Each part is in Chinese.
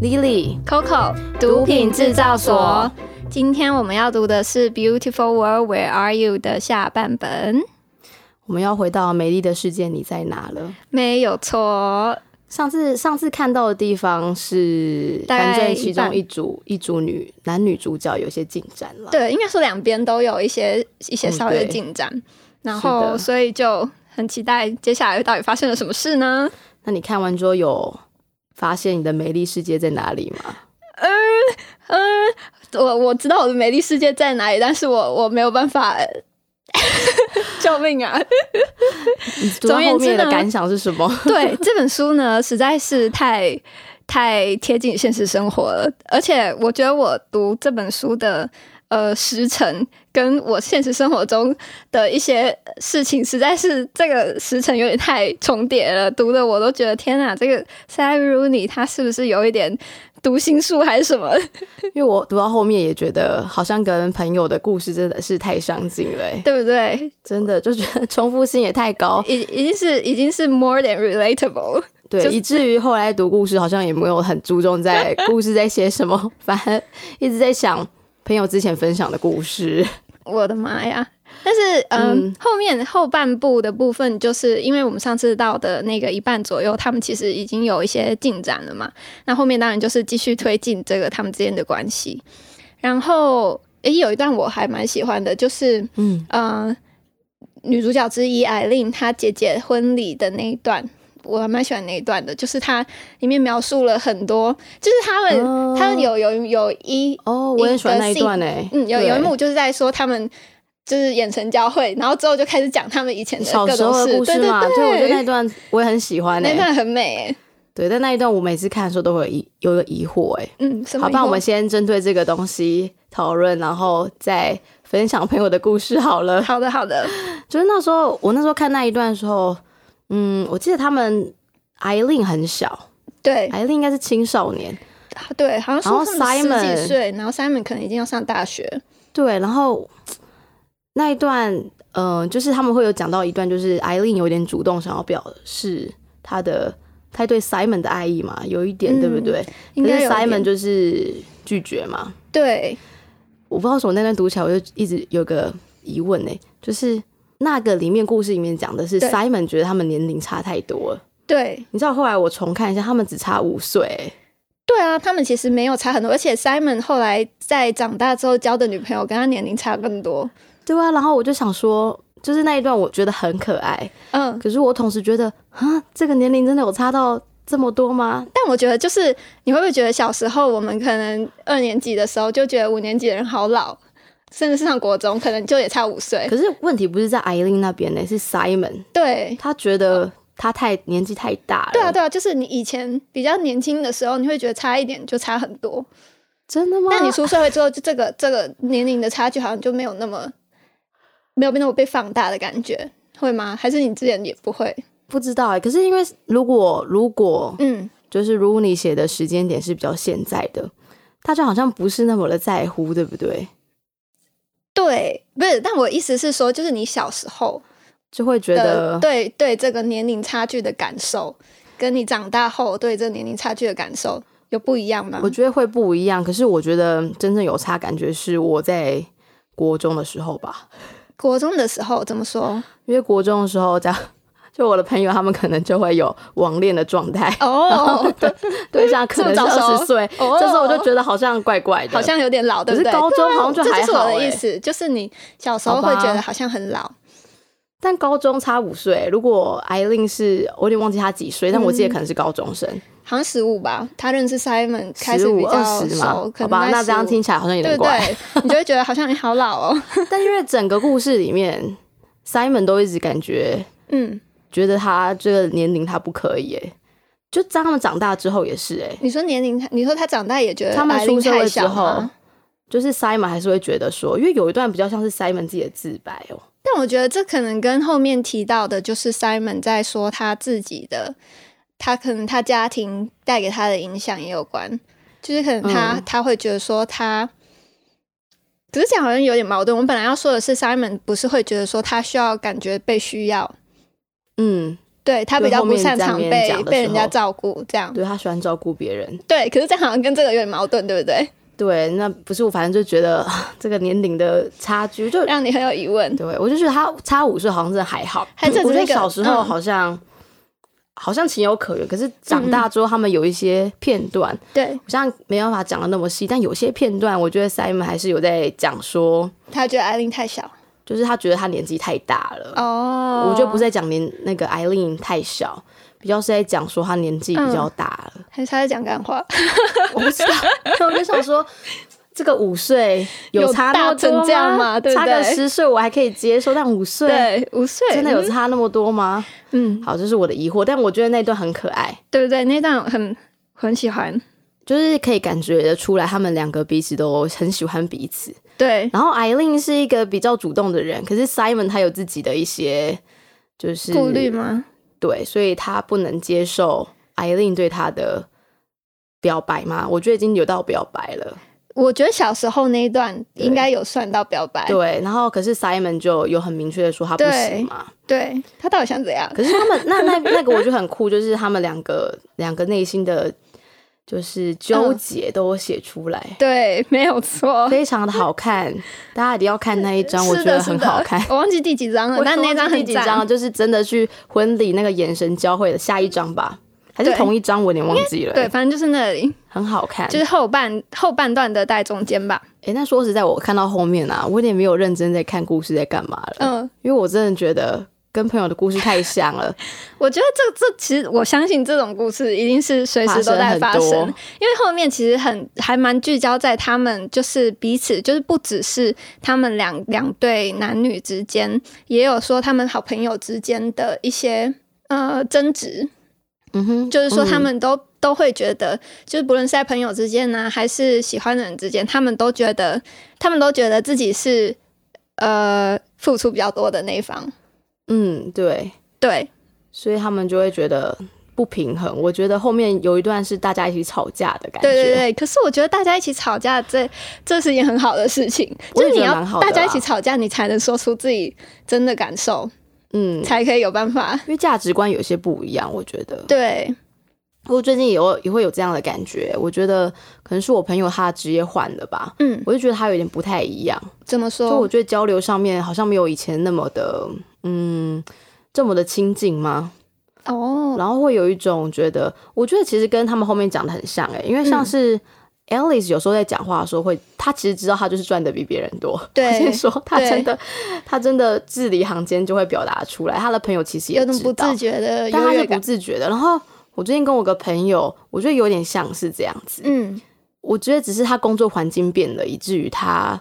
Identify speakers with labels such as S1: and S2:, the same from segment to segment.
S1: Lily
S2: Coco
S1: 毒品制造所。
S2: 今天我们要读的是《Beautiful World Where Are You》的下半本，
S1: 我们要回到美丽的世界，你在哪了？
S2: 没有错。
S1: 上次上次看到的地方是，
S2: 大概
S1: 反正其
S2: 一
S1: 中
S2: 半
S1: 一组一组女男女主角有些进展了。
S2: 对，应该说两边都有一些一些
S1: 嗯
S2: 稍微的
S1: 对
S2: 进展，然
S1: 是
S2: 后
S1: 的
S2: 所以就很期待接下来到底发生了什么事呢？
S1: 那你看完之后有发现你的美丽世界在哪里吗？
S2: 嗯，我我知道我的美丽世界在哪里，但是我我没有办法， 救命啊！
S1: 你读
S2: 总而
S1: 到
S2: 言
S1: 后
S2: 之
S1: 面的
S2: 呢
S1: 感想是什么？
S2: 对这本书呢，实在是太太贴近现实生活了，而且我觉得我读这本书的呃时辰，跟我现实生活中的一些事情，实在是这个时辰有点太重叠了，读的我都觉得天哪，这个 Sally Rooney 他是不是有一点读心术还是什么？
S1: 因为我读到后面也觉得，好像跟朋友的故事真的是太上进了、欸，
S2: 对不对？
S1: 真的就觉得重复性也太高，
S2: 已已经是已经是 more than relatable。
S1: 对，
S2: 就是
S1: 以至于后来读故事好像也没有很注重在故事在写什么，反而一直在想朋友之前分享的故事。
S2: 我的妈呀！但是，嗯，
S1: 嗯
S2: 后面后半部的部分，就是因为我们上次到的那个一半左右，他们其实已经有一些进展了嘛。那后面当然就是继续推进这个他们之间的关系。然后，诶，有一段我还蛮喜欢的，就是，
S1: 嗯，
S2: 呃，女主角之一艾琳她姐姐婚礼的那一段，我还蛮喜欢那一段的，就是她里面描述了很多，就是他们、
S1: 哦
S2: 他们有有有一
S1: 哦，我也喜欢那一段诶、欸
S2: 嗯，有有一
S1: 对
S2: 幕就是在说他们就是眼神交汇，然后之后就开始讲他们以前的
S1: 小
S2: 各
S1: 时
S2: 种
S1: 候的
S2: 事，
S1: 故
S2: 对
S1: 事
S2: 对
S1: 嘛，
S2: 对，
S1: 对，我觉得那一段我也很喜欢诶、
S2: 那段很美欸，
S1: 对，但那一段我每次看的时候都会有疑有个疑惑诶、
S2: 嗯，什么
S1: 好
S2: 以后？
S1: 吧，我们先针对这个东西讨论，然后再分享朋友的故事好了。
S2: 好的好的，
S1: 就是那时候，我那时候看那一段的时候，嗯，我记得他们艾琳很小，
S2: 对
S1: 艾琳应该是青少年，
S2: 对，好像说
S1: 哎然
S2: 他
S1: 后
S2: 们十
S1: Simon
S2: 几岁，然后 Simon 可能已经要上大学，
S1: 对。然后那一段，嗯、就是他们会有讲到一段，就是艾琳有点主动想要表示她的她对 Simon 的爱意嘛，有一点、
S2: 嗯
S1: 对不对？
S2: 应
S1: 可
S2: 该
S1: 是
S2: 有
S1: Simon
S2: 点
S1: 就是拒绝嘛，
S2: 对，
S1: 我不知道为什么那段读起来我就一直有个疑问呢、就是那个里面故事里面讲的是
S2: 对
S1: Simon 觉得他们年龄差太多了。
S2: 对
S1: 你知道后来我重看一下，他们只差五岁欸、
S2: 对啊，他们其实没有差很多，而且 Simon 后来在长大之后交的女朋友跟他年龄差更多，
S1: 对啊。然后我就想说，就是那一段我觉得很可爱，
S2: 嗯，
S1: 可是我同时觉得，啊，这个年龄真的有差到这么多吗？
S2: 但我觉得就是你会不会觉得小时候我们可能二年级的时候就觉得五年级的人好老，甚至是上国中可能就也差五岁。
S1: 可是问题不是在艾琳那边呢、是 Simon，
S2: 对，
S1: 他觉得他太年纪太大了。
S2: 哦对啊，对啊，就是你以前比较年轻的时候，你会觉得差一点就差很多，
S1: 真的吗？
S2: 但你出社会之后，就这个这个年龄的差距好像就没有那么没有那么被放大的感觉，会吗？还是你之前也不会？
S1: 不知道哎、可是因为如果如果
S2: 嗯，
S1: 就是如果你写的时间点是比较现在的，大家好像不是那么的在乎，对不对？
S2: 对，不是，但我意思是说，就是你小时候
S1: 就会觉
S2: 的
S1: 得
S2: 呃对对这个年龄差距的感受，跟你长大后对这个年龄差距的感受有不一样吗
S1: 我？觉得会不一样。可是我觉得真正有差感觉是我在国中的时候吧，
S2: 国中的时候怎么说？
S1: 因为国中的时候，这样 就我的朋友他们可能就会有网恋的状 态，
S2: 哦，
S1: 对象可能是
S2: 这么早
S1: 二
S2: 熟
S1: 十岁，
S2: 哦
S1: 这时候我就觉得好像怪怪的，
S2: 好像有点老，对
S1: 可
S2: 不
S1: 是
S2: 对？啊
S1: 高中好像
S2: 这
S1: 就还
S2: 就是我
S1: 好、
S2: 的
S1: 欸
S2: 意。思，就是你小时候
S1: 好
S2: 会
S1: 吧
S2: 觉得好像很老，
S1: 但高中差五岁，如果艾琳是我有点忘记她几岁，但我记得可能是高中生，
S2: 好像十五吧。他认识 Simon 嗯开始
S1: 十五
S2: 比
S1: 二
S2: 较
S1: 十嘛
S2: 熟，，可
S1: 好
S2: 能
S1: 吧，那这样
S2: 15
S1: 听起来好像有点
S2: 对不
S1: 怪。
S2: 对？你就会觉得好像你好老哦。
S1: 但因为整个故事里面，Simon 都一直感觉
S2: 嗯，
S1: 觉得他这个年龄他不可以、欸，就在他们长大之后也是、欸，
S2: 你说年龄，你说他长大也觉得
S1: 他们
S2: 白
S1: 出
S2: 龄
S1: 社
S2: 呃太
S1: 会之
S2: 小
S1: 后
S2: 吗，
S1: 就是 Simon 还是会觉得说，因为有一段比较像是 Simon 自己的自白哦、
S2: 但我觉得这可能跟后面提到的，就是 Simon 在说他自己的，他可能他家庭带给他的影响也有关，就是可能他、
S1: 嗯
S2: 他会觉得说他，可是这样好像有点矛盾。我本来要说的是，Simon 不是会觉得说他需要感觉被需要，
S1: 嗯，
S2: 对他比较不擅长
S1: 就后面在那边讲的时
S2: 被
S1: 候
S2: 被人家照顾，这样
S1: 对他喜欢照顾别人。
S2: 对。可是这好像跟这个有点矛盾，对不对？
S1: 对，那不是我，反正就觉得啊这个年龄的差距就
S2: 让你很有疑问。
S1: 对，我就觉得他差五岁好像真的还好，
S2: 还这只是
S1: 我觉得
S2: 一个
S1: 小时候
S2: 嗯
S1: 好像、好像情有可原，可是长大之后他们有一些片段，
S2: 对
S1: 我像没办法讲的那么细，但有些片段我觉得 Simon 还是有在讲说，
S2: 他觉得艾琳太小
S1: 就是他觉得他年纪太大了，
S2: 哦
S1: 我觉得不是
S2: 是，
S1: 在讲年那个 Eileen 太小。比较是在讲说他年纪比
S2: 嗯
S1: 较大了，
S2: 哦 还是他在讲干话，
S1: 我不知道，我就想说，这个五岁
S2: 有
S1: 差那
S2: 大
S1: 么多
S2: 成这样吗对不
S1: 差个
S2: 对
S1: 十岁我还可以接受，但五岁
S2: 对，五岁
S1: 真的有差那么多吗？
S2: 嗯，嗯
S1: 好，这是我的疑惑，但我觉得那段很可爱，
S2: 对不对？那段很很喜欢，
S1: 就是可以感觉得出来，他们两个彼此都很喜欢彼此。
S2: 对
S1: 然后 Eileen 是一个比较主动的人，可是 Simon 他有自己的一些就是
S2: 顾虑吗？
S1: 对，所以他不能接受 Eileen 对他的表白嘛？我觉得已经有到表白了，
S2: 我觉得小时候那一段
S1: 对
S2: 应该有算到表白，
S1: 对。然后可是 Simon 就有很明确的说他不行嘛。
S2: 对他到底想怎样？
S1: 可是他们那那那个我觉得很酷，就是他们两个两个内心的就是纠
S2: 嗯
S1: 结都写出来。
S2: 对，没有错。
S1: 非常的好看，大家一定要看那一张，我觉
S2: 哦是
S1: 得
S2: 的，是
S1: 很
S2: 的，
S1: 好看。
S2: 我忘记第几章了，但那张
S1: 第
S2: 很
S1: 几张
S2: 赞。
S1: 就是真的去婚礼那个眼神交汇的下一张吧，还是
S2: 对
S1: 同一张？我有点忘记了。
S2: 对，，反正就是那里，
S1: 很好看。
S2: 就是后半后半段的带中间吧。
S1: 哎、那说实在，我看到后面啊，我有点没有认真在看故事在干嘛了，
S2: 嗯，
S1: 因为我真的觉得跟朋友的故事太像 了，
S2: 我觉得这这其实我相信这种故事一定是随时都在
S1: 发
S2: 发
S1: 生
S2: 生，
S1: 很多
S2: 因为后面其实很还蛮聚焦在他们就是彼此，就是不只是他们两两对男女之间，也有说他们好朋友之间的一些呃争执，
S1: 嗯哼，
S2: 就是说
S1: 嗯
S2: 他们都、都会觉得，就是不论是在朋友之间呢、还是喜欢的人之间，他们都觉得他们都觉得自己是呃付出比较多的那一方，
S1: 嗯对，
S2: 对
S1: 所以他们就会觉得不平衡。我觉得后面有一段是大家一起吵架的感觉，
S2: 对对对，可是我觉得大家一起吵架这，这是一件很好的事情，
S1: 我
S2: 就
S1: 也觉
S2: 是你
S1: 得
S2: 要
S1: 蛮好的
S2: 大家一
S1: 啦
S2: 起吵架，你才能说出自己真的感受，
S1: 嗯，
S2: 才可以有办法。
S1: 因为价值观有些不一样，我觉得。
S2: 对，
S1: 我最近也有也会有这样的感觉，我觉得可能是我朋友他的职业换了吧，
S2: 嗯，
S1: 我就觉得他有点不太一样，
S2: 怎么
S1: 就我
S2: 说？
S1: 觉得交流上面好像没有以前那么的，嗯，这么的亲近吗？
S2: 哦，
S1: 然后会有一种觉得，我觉得其实跟他们后面讲的很像诶、因为像
S2: 嗯
S1: 是 Alice 有时候在讲话的时候会，他其实知道他就是赚的比别人多，
S2: 对
S1: 我先说他
S2: 对
S1: 真的，他真的字里行间就会表达出来，他的朋友其实也
S2: 有
S1: 知
S2: 种
S1: 道，
S2: 不自觉的
S1: 但
S2: 优
S1: 他
S2: 越
S1: 是不
S2: 感。
S1: 自觉的。然后我最近跟我个朋友，我觉得有点像是这样子，
S2: 嗯，
S1: 我觉得只是他工作环境变了，以至于他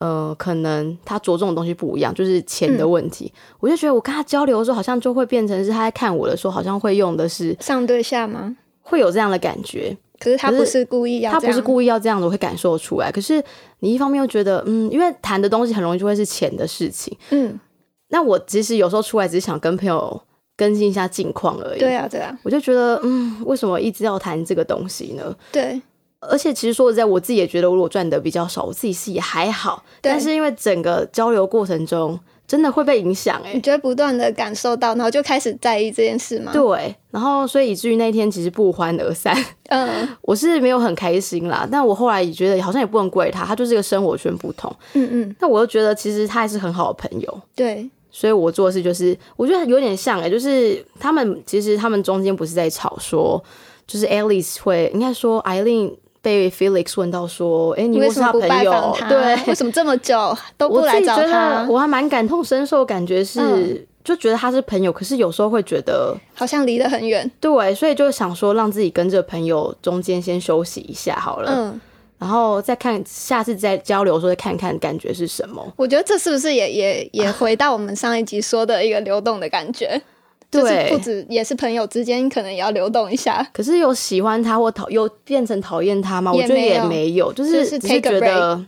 S1: 呃，可能他着重的东西不一样，就是钱
S2: 嗯
S1: 的问题。我就觉得我跟他交流的时候，好像就会变成是他在看我的时候，好像会用的是
S2: 上对下吗？
S1: 会有这样的感觉。
S2: 可是他
S1: 可
S2: 不
S1: 是
S2: 是故意要
S1: 他
S2: 这
S1: 不
S2: 样，
S1: 是故意要这样的，我会感受出来。可是你一方面又觉得，嗯，因为谈的东西很容易就会是钱的事情。
S2: 嗯，
S1: 那我其实有时候出来只是想跟朋友更新一下近况而已。
S2: 对啊，对啊，
S1: 我就觉得，嗯，为什么一直要谈这个东西呢？
S2: 对，
S1: 而且其实说实在，我自己也觉得，如果赚的比较少，我自己是也还好。
S2: 对
S1: 但是因为整个交流过程中，真的会被影响哎、
S2: 你就会不断的感受到，然后就开始在意这件事吗？
S1: 对，然后所以以至于那天其实不欢而散，
S2: 嗯
S1: 我是没有很开心啦。但我后来也觉得好像也不能怪他，他就是一个生活圈不同。
S2: 嗯嗯，
S1: 但我又觉得其实他还是很好的朋友，
S2: 对，
S1: 所以我做的事就是，我觉得有点像哎、就是他们其实他们中间不是在吵说，就是 Alice 会应该说 Eileen 被 Felix 问到说，哎、你为
S2: 为什
S1: 什
S2: 么
S1: 么
S2: 不
S1: 朋
S2: 拜访
S1: 友
S2: 他？？
S1: 对，
S2: 为什么这么久都不
S1: 我自
S2: 来
S1: 己
S2: 找
S1: 觉
S2: 他
S1: 得？我还蛮感同身受，感觉是、
S2: 嗯
S1: 就觉得他是朋友，可是有时候会觉得
S2: 好像离得很远。
S1: 对，所以就想说让自己跟着朋友中间先休息一下好了，
S2: 嗯，
S1: 然后再看下次再交流的时候再看看感觉是什么。
S2: 我觉得这是不是也也也
S1: 啊
S2: 回到我们上一集说的一个流动的感觉？ 就是
S1: 对
S2: 不止也是朋友之间，可能也要流动一下。
S1: 可是有喜欢他或讨有变成讨厌他吗？我
S2: 也
S1: 觉得
S2: 没
S1: 也
S2: 有
S1: 没有，就
S2: 就是是
S1: 只是
S2: take a
S1: 觉得，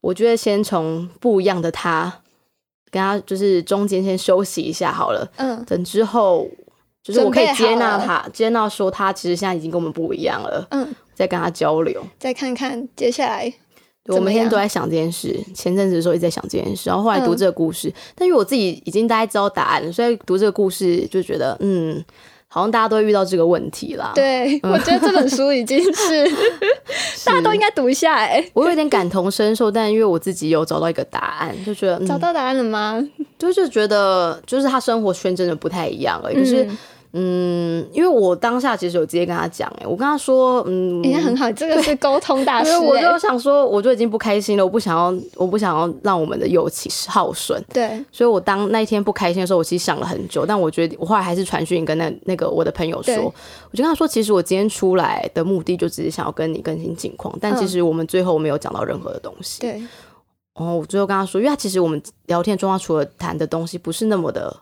S1: 我觉得先从不一样的他跟他就是中间先休息一下好了，
S2: 嗯，
S1: 等之后就是我
S2: 准
S1: 可
S2: 备
S1: 以接纳
S2: 好了
S1: 他，接纳说他其实现在已经跟我们不一样了，
S2: 嗯，
S1: 再跟他交流。
S2: 再看看接下来
S1: 我每
S2: 怎么
S1: 天
S2: 样
S1: 都在想这件事，前阵子的时候一直在想这件事，然后后来读
S2: 嗯
S1: 这个故事，但因为我自己已经大概知道答案了，所以读这个故事就觉得，嗯，好像大家都会遇到这个问题啦。，
S2: 对，我觉得这本书已经 是大家都应该读一下哎、
S1: 我有点感同身受，但因为我自己有找到一个答案，就觉得、嗯、
S2: 找到答案了吗？
S1: 就是觉得，就是他生活圈真的不太一样而已。就是，
S2: 嗯
S1: 嗯，因为我当下其实有直接跟他讲，哎，我跟他说，嗯，
S2: 人家很好，这个是沟通大师、
S1: 因为
S2: 欸。
S1: 我就想说，我就已经不开心了，我不想要，我不想要让我们的友情耗损，
S2: 对，
S1: 所以我当那一天不开心的时候，我其实想了很久，但我觉得我后来还是传讯跟那那个我的朋友说
S2: 对，
S1: 我就跟他说，其实我今天出来的目的就只是想要跟你更新近况，但
S2: 嗯
S1: 其实我们最后没有讲到任何的东西。
S2: 对，
S1: 然后我最后跟他说，因为他其实我们聊天中，他除了谈的东西不是那么的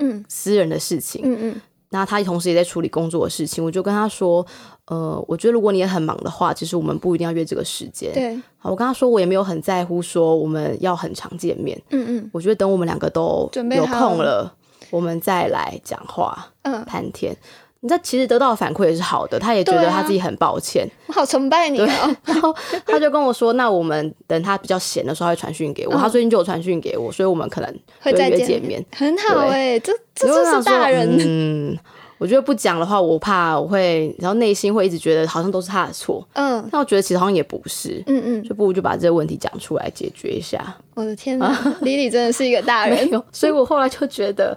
S2: 嗯
S1: 私人的事情，
S2: 嗯嗯，
S1: 那他同时也在处理工作的事情，我就跟他说，呃，我觉得如果你也很忙的话，其实我们不一定要约这个时间。
S2: 对，
S1: 好，我跟他说，我也没有很在乎说我们要很常见面，
S2: 嗯嗯
S1: 我觉得等我们两个都
S2: 准备
S1: 有
S2: 好
S1: 空了，我们再来讲话
S2: 嗯，
S1: 谈天。你知道，其实得到的反馈也是好的，他也觉得
S2: 对啊
S1: 他自己很抱 歉，
S2: 我好崇拜你哦。
S1: 然后他就跟我说，那我们等他比较闲的时候，他会传讯给我。
S2: 嗯
S1: 他最近就有传讯给我，所以我们可能
S2: 会再
S1: 约
S2: 见
S1: 见面。
S2: 很好哎、这
S1: 我
S2: 这就
S1: 想
S2: 是
S1: 说
S2: 大人。
S1: 嗯，我觉得不讲的话，我怕我会，然后内心会一直觉得好像都是他的错，
S2: 嗯
S1: 但我觉得其实好像也不是，
S2: 嗯嗯，
S1: 就不如就把这个问题讲出来解决一下。
S2: 我的天 哪，李李真的是一个大人。
S1: 啊有，所以我后来就觉得，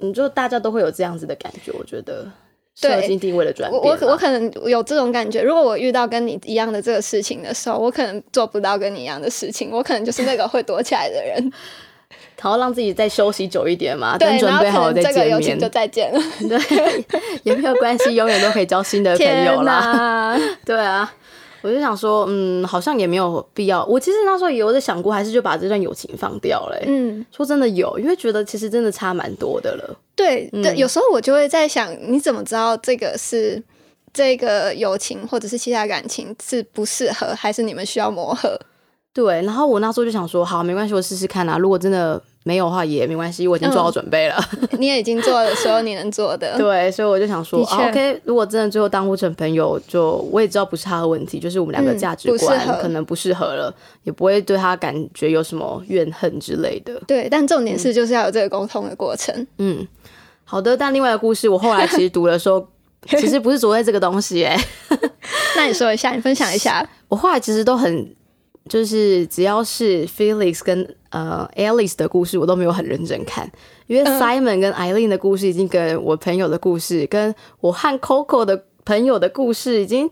S1: 嗯，就大家都会有这样子的感觉，我觉得
S2: 对
S1: 社经定位的转
S2: 我
S1: 变啊啦，
S2: 我可我可能有这种感觉，如果我遇到跟你一样的这个事情的时候，我可能做不到跟你一样的事情，我可能就是那个会躲起来的 人。
S1: 然后让自己再休息久一点嘛，等
S2: 对，然
S1: 准
S2: 后
S1: 备好
S2: 可
S1: 了
S2: 能
S1: 再
S2: 这个
S1: 见
S2: 友情
S1: 面
S2: 就，再见了。
S1: 对，也没有关系，永远都可以交新的朋友啦。
S2: 哪！
S1: 对啊，我就想说，嗯，好像也没有必要。我其实那时候也有在想过，还是就把这段友情放掉了欸、
S2: 嗯，
S1: 说真的有，因为觉得其实真的差蛮多的了。
S2: 对
S1: 嗯
S2: 对，有时候我就会在想，你怎么知道这个是这个友情或者是其他感情是不适合，还是你们需要磨合？
S1: 对，然后我那时候就想说，好，没关系，我试试看啊。如果真的没有的话，也没关系，我已经
S2: 嗯
S1: 做好准备了。
S2: 你也已经做了所有你能做 的。
S1: 对，所以我就想说、
S2: 嗯的确
S1: 啊、，OK，如果真的最后当不成朋友，就我也知道不是他的问题，就是我们两个
S2: 嗯
S1: 价值
S2: 不适
S1: 观、
S2: 合
S1: 可能不适合了，也不会对他感觉有什么怨恨之类的。
S2: 对，但重点是就是要有这个沟通的过程。
S1: 嗯，好的。但另外的故事，我后来其实读的 时候，其实不是着在这个东西、欸，哎，
S2: 那你说一下，你分享一下。
S1: 我后来其实都很。就是只要是 Felix 跟呃 Alice 的故事，我都没有很认真看，因为
S2: 嗯
S1: Simon 跟 Eileen 的故事已经跟我朋友的故事，跟我和 Coco 的朋友的故事已经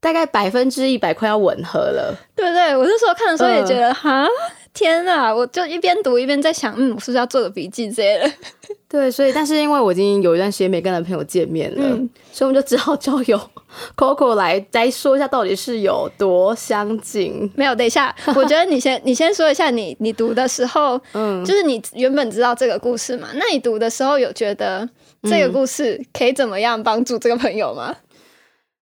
S1: 大概百分之一百快要吻合了。
S2: 对不对，我那时候看的时候也
S1: 嗯
S2: 觉得，哈、天啊！我就一边读一边在想，嗯，我是不是要做个笔记之类的？
S1: 对，所以但是因为我已经有一段时间没跟男朋友见面了，
S2: 嗯
S1: 所以我们就只好交友 Coco 来来说一下到底是有多相近。
S2: 没有，等 一下，我觉得你先，你先说一下你你读的时候，
S1: 嗯，
S2: 就是你原本知道这个故事嘛？那你读的时候有觉得
S1: 嗯
S2: 这个故事可以怎么样帮助这个朋友吗？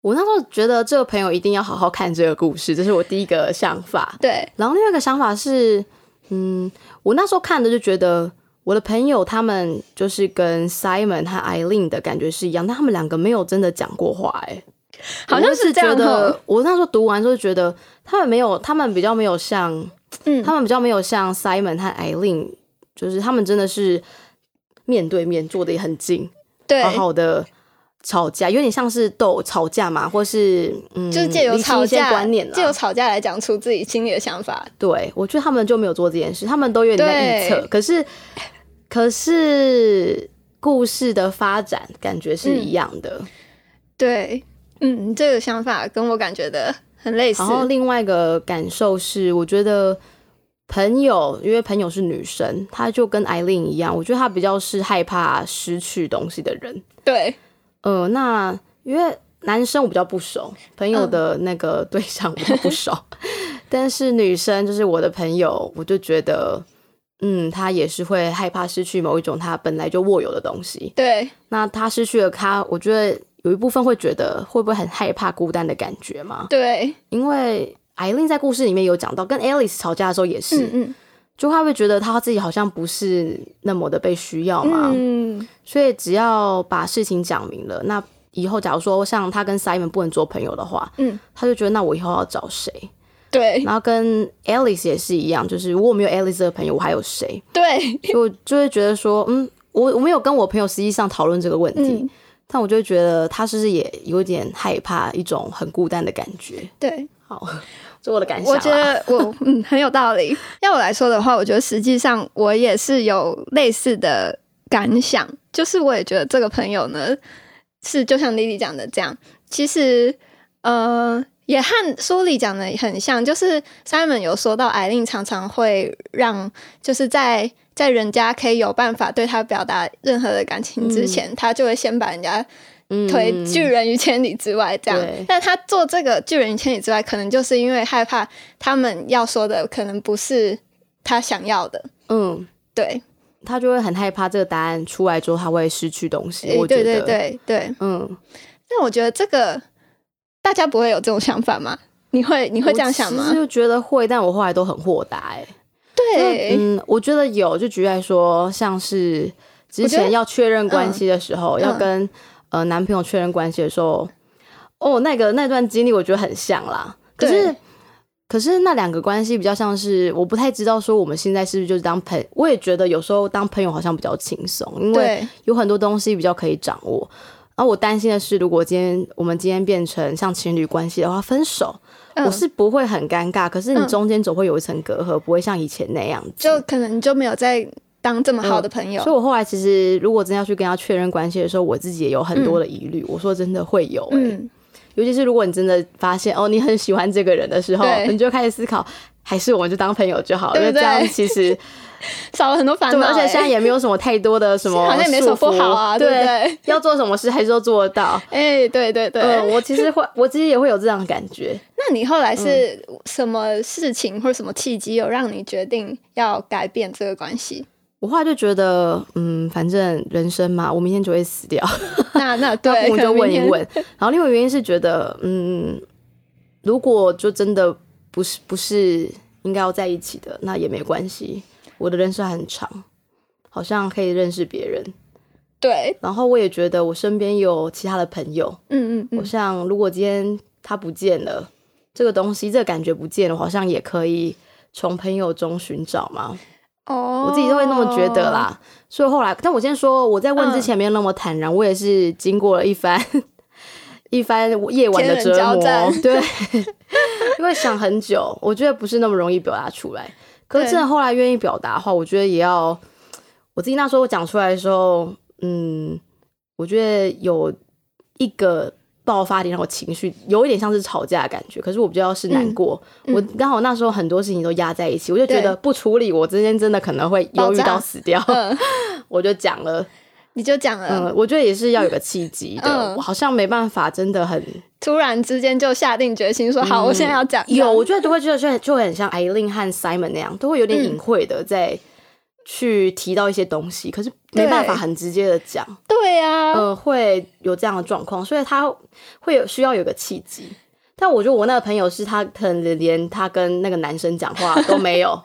S1: 我那时候觉得这个朋友一定要好好看这个故事，这是我第一个想法。
S2: 对，
S1: 然后另外一个想法是，嗯，我那时候看的就觉得我的朋友他们就是跟 Simon 和 Eileen 的感觉是一样，但他们两个没有真的讲过话、欸，
S2: 好像
S1: 我是
S2: 这样
S1: 觉
S2: 哦
S1: 得。我那时候读完之后就觉得他们没有，他们比较没有像，
S2: 嗯
S1: 他们比较没有像 Simon 和 Eileen，就是他们真的是面对面坐的也很近，
S2: 对，
S1: 好好的。吵架有点像是斗吵架嘛，或是嗯，
S2: 就是借由
S1: 理清一
S2: 吵
S1: 些
S2: 架，
S1: 观念啦
S2: 借由吵架来讲出自己心里的想法。
S1: 对，我觉得他们就没有做这件事，他们都有点在臆
S2: 对
S1: 测。可是，可是故事的发展感觉是一样的。
S2: 对，嗯，这个想法跟我感觉的很类似
S1: 然。后另外一个感受是，我觉得朋友，因为朋友是女生，她就跟艾琳一样，我觉得她比较是害怕失去东西的人。
S2: 对，
S1: 呃，那因为男生我比较不熟，朋友
S2: 嗯
S1: 的那个对象我比较不熟， 但是女生就是我的朋友，我就觉得，嗯，她也是会害怕失去某一种她本来就握有的东西。
S2: 对，
S1: 那她失去了她，我觉得有一部分会觉得会不会很害怕孤单的感觉嘛？
S2: 对，
S1: 因为艾琳在故事里面有讲到，跟 Alice 吵架的时候也是，
S2: 嗯嗯。
S1: 就她会觉得她自己好像不是那么的被需要嘛。
S2: 嗯，
S1: 所以只要把事情讲明了，那以后假如说像他跟 Simon 不能做朋友的话，
S2: 嗯，
S1: 他就觉得那我以后要找谁？
S2: 对嗯
S1: 然后跟 Alice 也是一样，就是如果没有 Alice 这个朋友，我还有谁？
S2: 对，
S1: 所以我就会觉得说，嗯，我我没有跟我朋友实际上讨论这个问题，
S2: 嗯，
S1: 但我就会觉得他是不是也有点害怕一种很孤单的感觉？
S2: 对，
S1: 好，这我的感想啦。
S2: 我觉得我 嗯很有道理。要我来说的话，我觉得实际上我也是有类似的感想，就是我也觉得这个朋友呢是就像丽丽讲的这样，其实呃也和苏丽讲的很像，就是 Simon 有说到艾琳常常会让就是在。在人家可以有办法对他表达任何的感情之前，他就会先把人家
S1: 嗯
S2: 推拒人于千里之外这样。
S1: 对
S2: 但他做这个拒人于千里之外，可能就是因为害怕他们要说的可能不是他想要的。
S1: 嗯，
S2: 对，
S1: 他就会很害怕这个答案出来之后，他会失去东西。
S2: 诶
S1: 我觉
S2: 对
S1: 得，
S2: 对对对。
S1: 嗯，
S2: 但我觉得这个大家不会有这种想法吗？你会你
S1: 你
S2: 会这样想
S1: 其实
S2: 吗？
S1: 就觉得会，但我后来都很豁达、欸。
S2: 对，
S1: 嗯，我觉得有，就举例来说，像是之
S2: 我觉得
S1: 前要确认关系的时候，
S2: 嗯
S1: 要跟呃男朋友确认关系的时候，哦，那个那段经历我觉得很像啦。可是
S2: 对，
S1: 可是那两个关系比较像是，我不太知道说我们现在是不是就是当朋我也觉得有时候当朋友好像比较轻松，因为
S2: 对
S1: 有很多东西比较可以掌握。然后我担心的是，如果今天我们今天变成像情侣关系的话，分手、
S2: 嗯
S1: 我是不会很尴尬，可是你
S2: 嗯
S1: 中间总会有一层隔阂，不会像以前那样子。
S2: 就可能就没有再当这么好
S1: 嗯
S2: 的朋友。
S1: 所以，我后来其实如果真的要去跟他确认关系的时候，我自己也有很多的疑虑。我说真的会有、欸，
S2: 嗯，
S1: 尤其是如果你真的发现哦，你很喜欢这个人的时候，
S2: 对
S1: 你就开始思考，还是我们就当朋友就好了，
S2: 对
S1: 因
S2: 不
S1: 为
S2: 对
S1: 这样其实
S2: 少了很 多烦
S1: 对，
S2: 恼、
S1: 而且现在
S2: 诶
S1: 也没有什么太多的什 么，
S2: 好像也没什么不好啊，
S1: 对
S2: 对不对？
S1: 要做什么事还是都做得到。
S2: 哎、对对对。
S1: 嗯，我其实会，我其实也会有这样的感觉。
S2: 那你后来是
S1: 嗯
S2: 什么事情或者什么契机，有让你决定要改变这个关系？
S1: 我后来就觉得，嗯，反正人生嘛，我明天就会死掉。
S2: 那 那
S1: 那
S2: 对，
S1: 我
S2: 可
S1: 就
S2: 能
S1: 问一
S2: 明天
S1: 问。然后另外一个原因是觉得，嗯，如果就真的不是不是应该要在一起的，那也没关系。我的人生还很长，好像可以认识别人。
S2: 对，
S1: 然后我也觉得我身边有其他的朋友，
S2: 嗯嗯
S1: 我
S2: 嗯，
S1: 像如果今天他不见了，这个东西这个感觉不见了，我好像也可以从朋友中寻找嘛。
S2: 哦，
S1: 我自己都会那么觉得，啦。所以后来，但我先说，我在问之前没有那么坦然，我也是经过了一番 一番夜晚的折
S2: 天人交
S1: 磨
S2: 战，
S1: 对，因为想很久，我觉得不是那么容易表达出来。可是
S2: 对
S1: 真的后来愿意表达的话，我觉得也要我自己那时候讲出来的时候，嗯，我觉得有一个爆发点让我情绪有一点像是吵架的感觉，可是我比较是难过。
S2: 嗯
S1: 我刚好那时候很多事情都压在一起，我就觉得
S2: 对
S1: 不处理，我之间真的可能会忧郁
S2: 爆炸
S1: 到死掉。
S2: 嗯，
S1: 我就讲了，
S2: 你就讲了，
S1: 嗯，我觉得也是要有个契机的，
S2: 嗯
S1: 我好像没办法，真的很
S2: 突然之间就下定决心说，好，我现在要讲，
S1: 嗯有，我觉得都会觉得就就很像艾琳和 Simon 那样，都会有点
S2: 嗯
S1: 隐晦的在去提到一些东西，可是没办法
S2: 对
S1: 很直接的讲。
S2: 对啊，
S1: 呃，会有这样的状况，所以他会有需要有个契机。但我觉得我那个朋友是他可能连他跟那个男生讲话都没有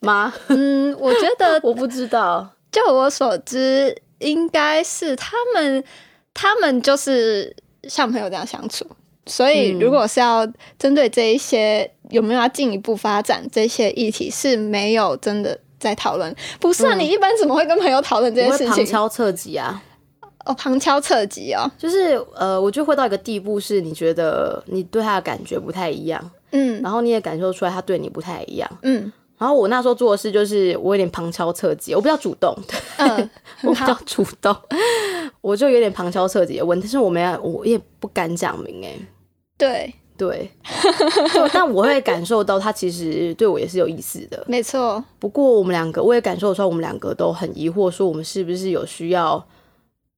S1: 吗？
S2: 嗯，我觉得
S1: 我不知道，
S2: 就我所知，应该是他们，他们就是像朋友这样相处。所以，
S1: 嗯
S2: 如果是要针对这一些有没有要进一步发展这些议题，是没有真的在讨论。不是啊，你一般怎么会跟朋友讨论这
S1: 嗯我
S2: 些
S1: 会
S2: 事
S1: 旁
S2: 情？
S1: 敲侧击啊，
S2: 哦，旁敲侧击哦。
S1: 就是呃，我就会到一个地步，是你觉得你对他的感觉不太一样，
S2: 嗯
S1: 然后你也感受出来他对你不太一样。
S2: 嗯
S1: 然后我那时候做的事就是，我有点旁敲侧击，我比较主动，
S2: 嗯，
S1: 我
S2: 很
S1: 比较
S2: 好。
S1: 主动， 我就有点旁敲侧击的问，但是我没有，我也不敢讲明哎、
S2: 对，
S1: 对， 就但我会感受到他其实对我也是有意思的。
S2: 没错。
S1: 不过我们两个，我也感受出来，我们两个都很疑惑，说我们是不是有需要，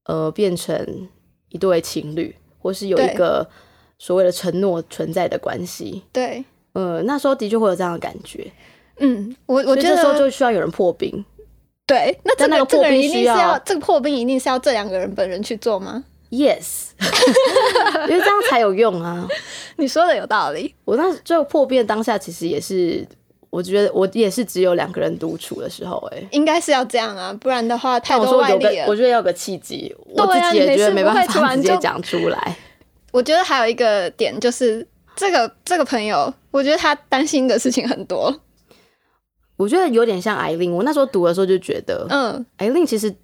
S1: 呃，变成一对情侣，或是有
S2: 对
S1: 一个所谓的承诺存在的关系。
S2: 对，
S1: 呃，那时候的确会有这样的感觉，
S2: 嗯，我我
S1: 所以
S2: 觉
S1: 这
S2: 得
S1: 时候就需要有人破冰。
S2: 对。那这
S1: 但那
S2: 个
S1: 个
S2: 这
S1: 破
S2: 个人
S1: 冰
S2: 一
S1: 需
S2: 定是
S1: 要
S2: 要这个破冰一定是要这两个人本人去做 吗？
S1: Yes，因为这样才有用啊。
S2: 你说的有道理。
S1: 我那就破冰的当下，其实也是，我觉得我也是只有两个人独处的时候、欸，
S2: 应该是要这样啊，不然的话太
S1: 但我
S2: 多
S1: 说
S2: 外
S1: 有个
S2: 力，了。
S1: 我
S2: 我
S1: 觉得要有个契机，
S2: 对
S1: 我
S2: 啊
S1: 自己也觉得没办
S2: 你没事不会突
S1: 法
S2: 然
S1: 直
S2: 就
S1: 接讲出来。
S2: 觉得还有一个点就是，这个这个朋友，我觉得他担心的事情很多。
S1: 我觉得有点像艾琳，我那时候读的时候就觉得，
S2: 嗯，
S1: 艾琳其实，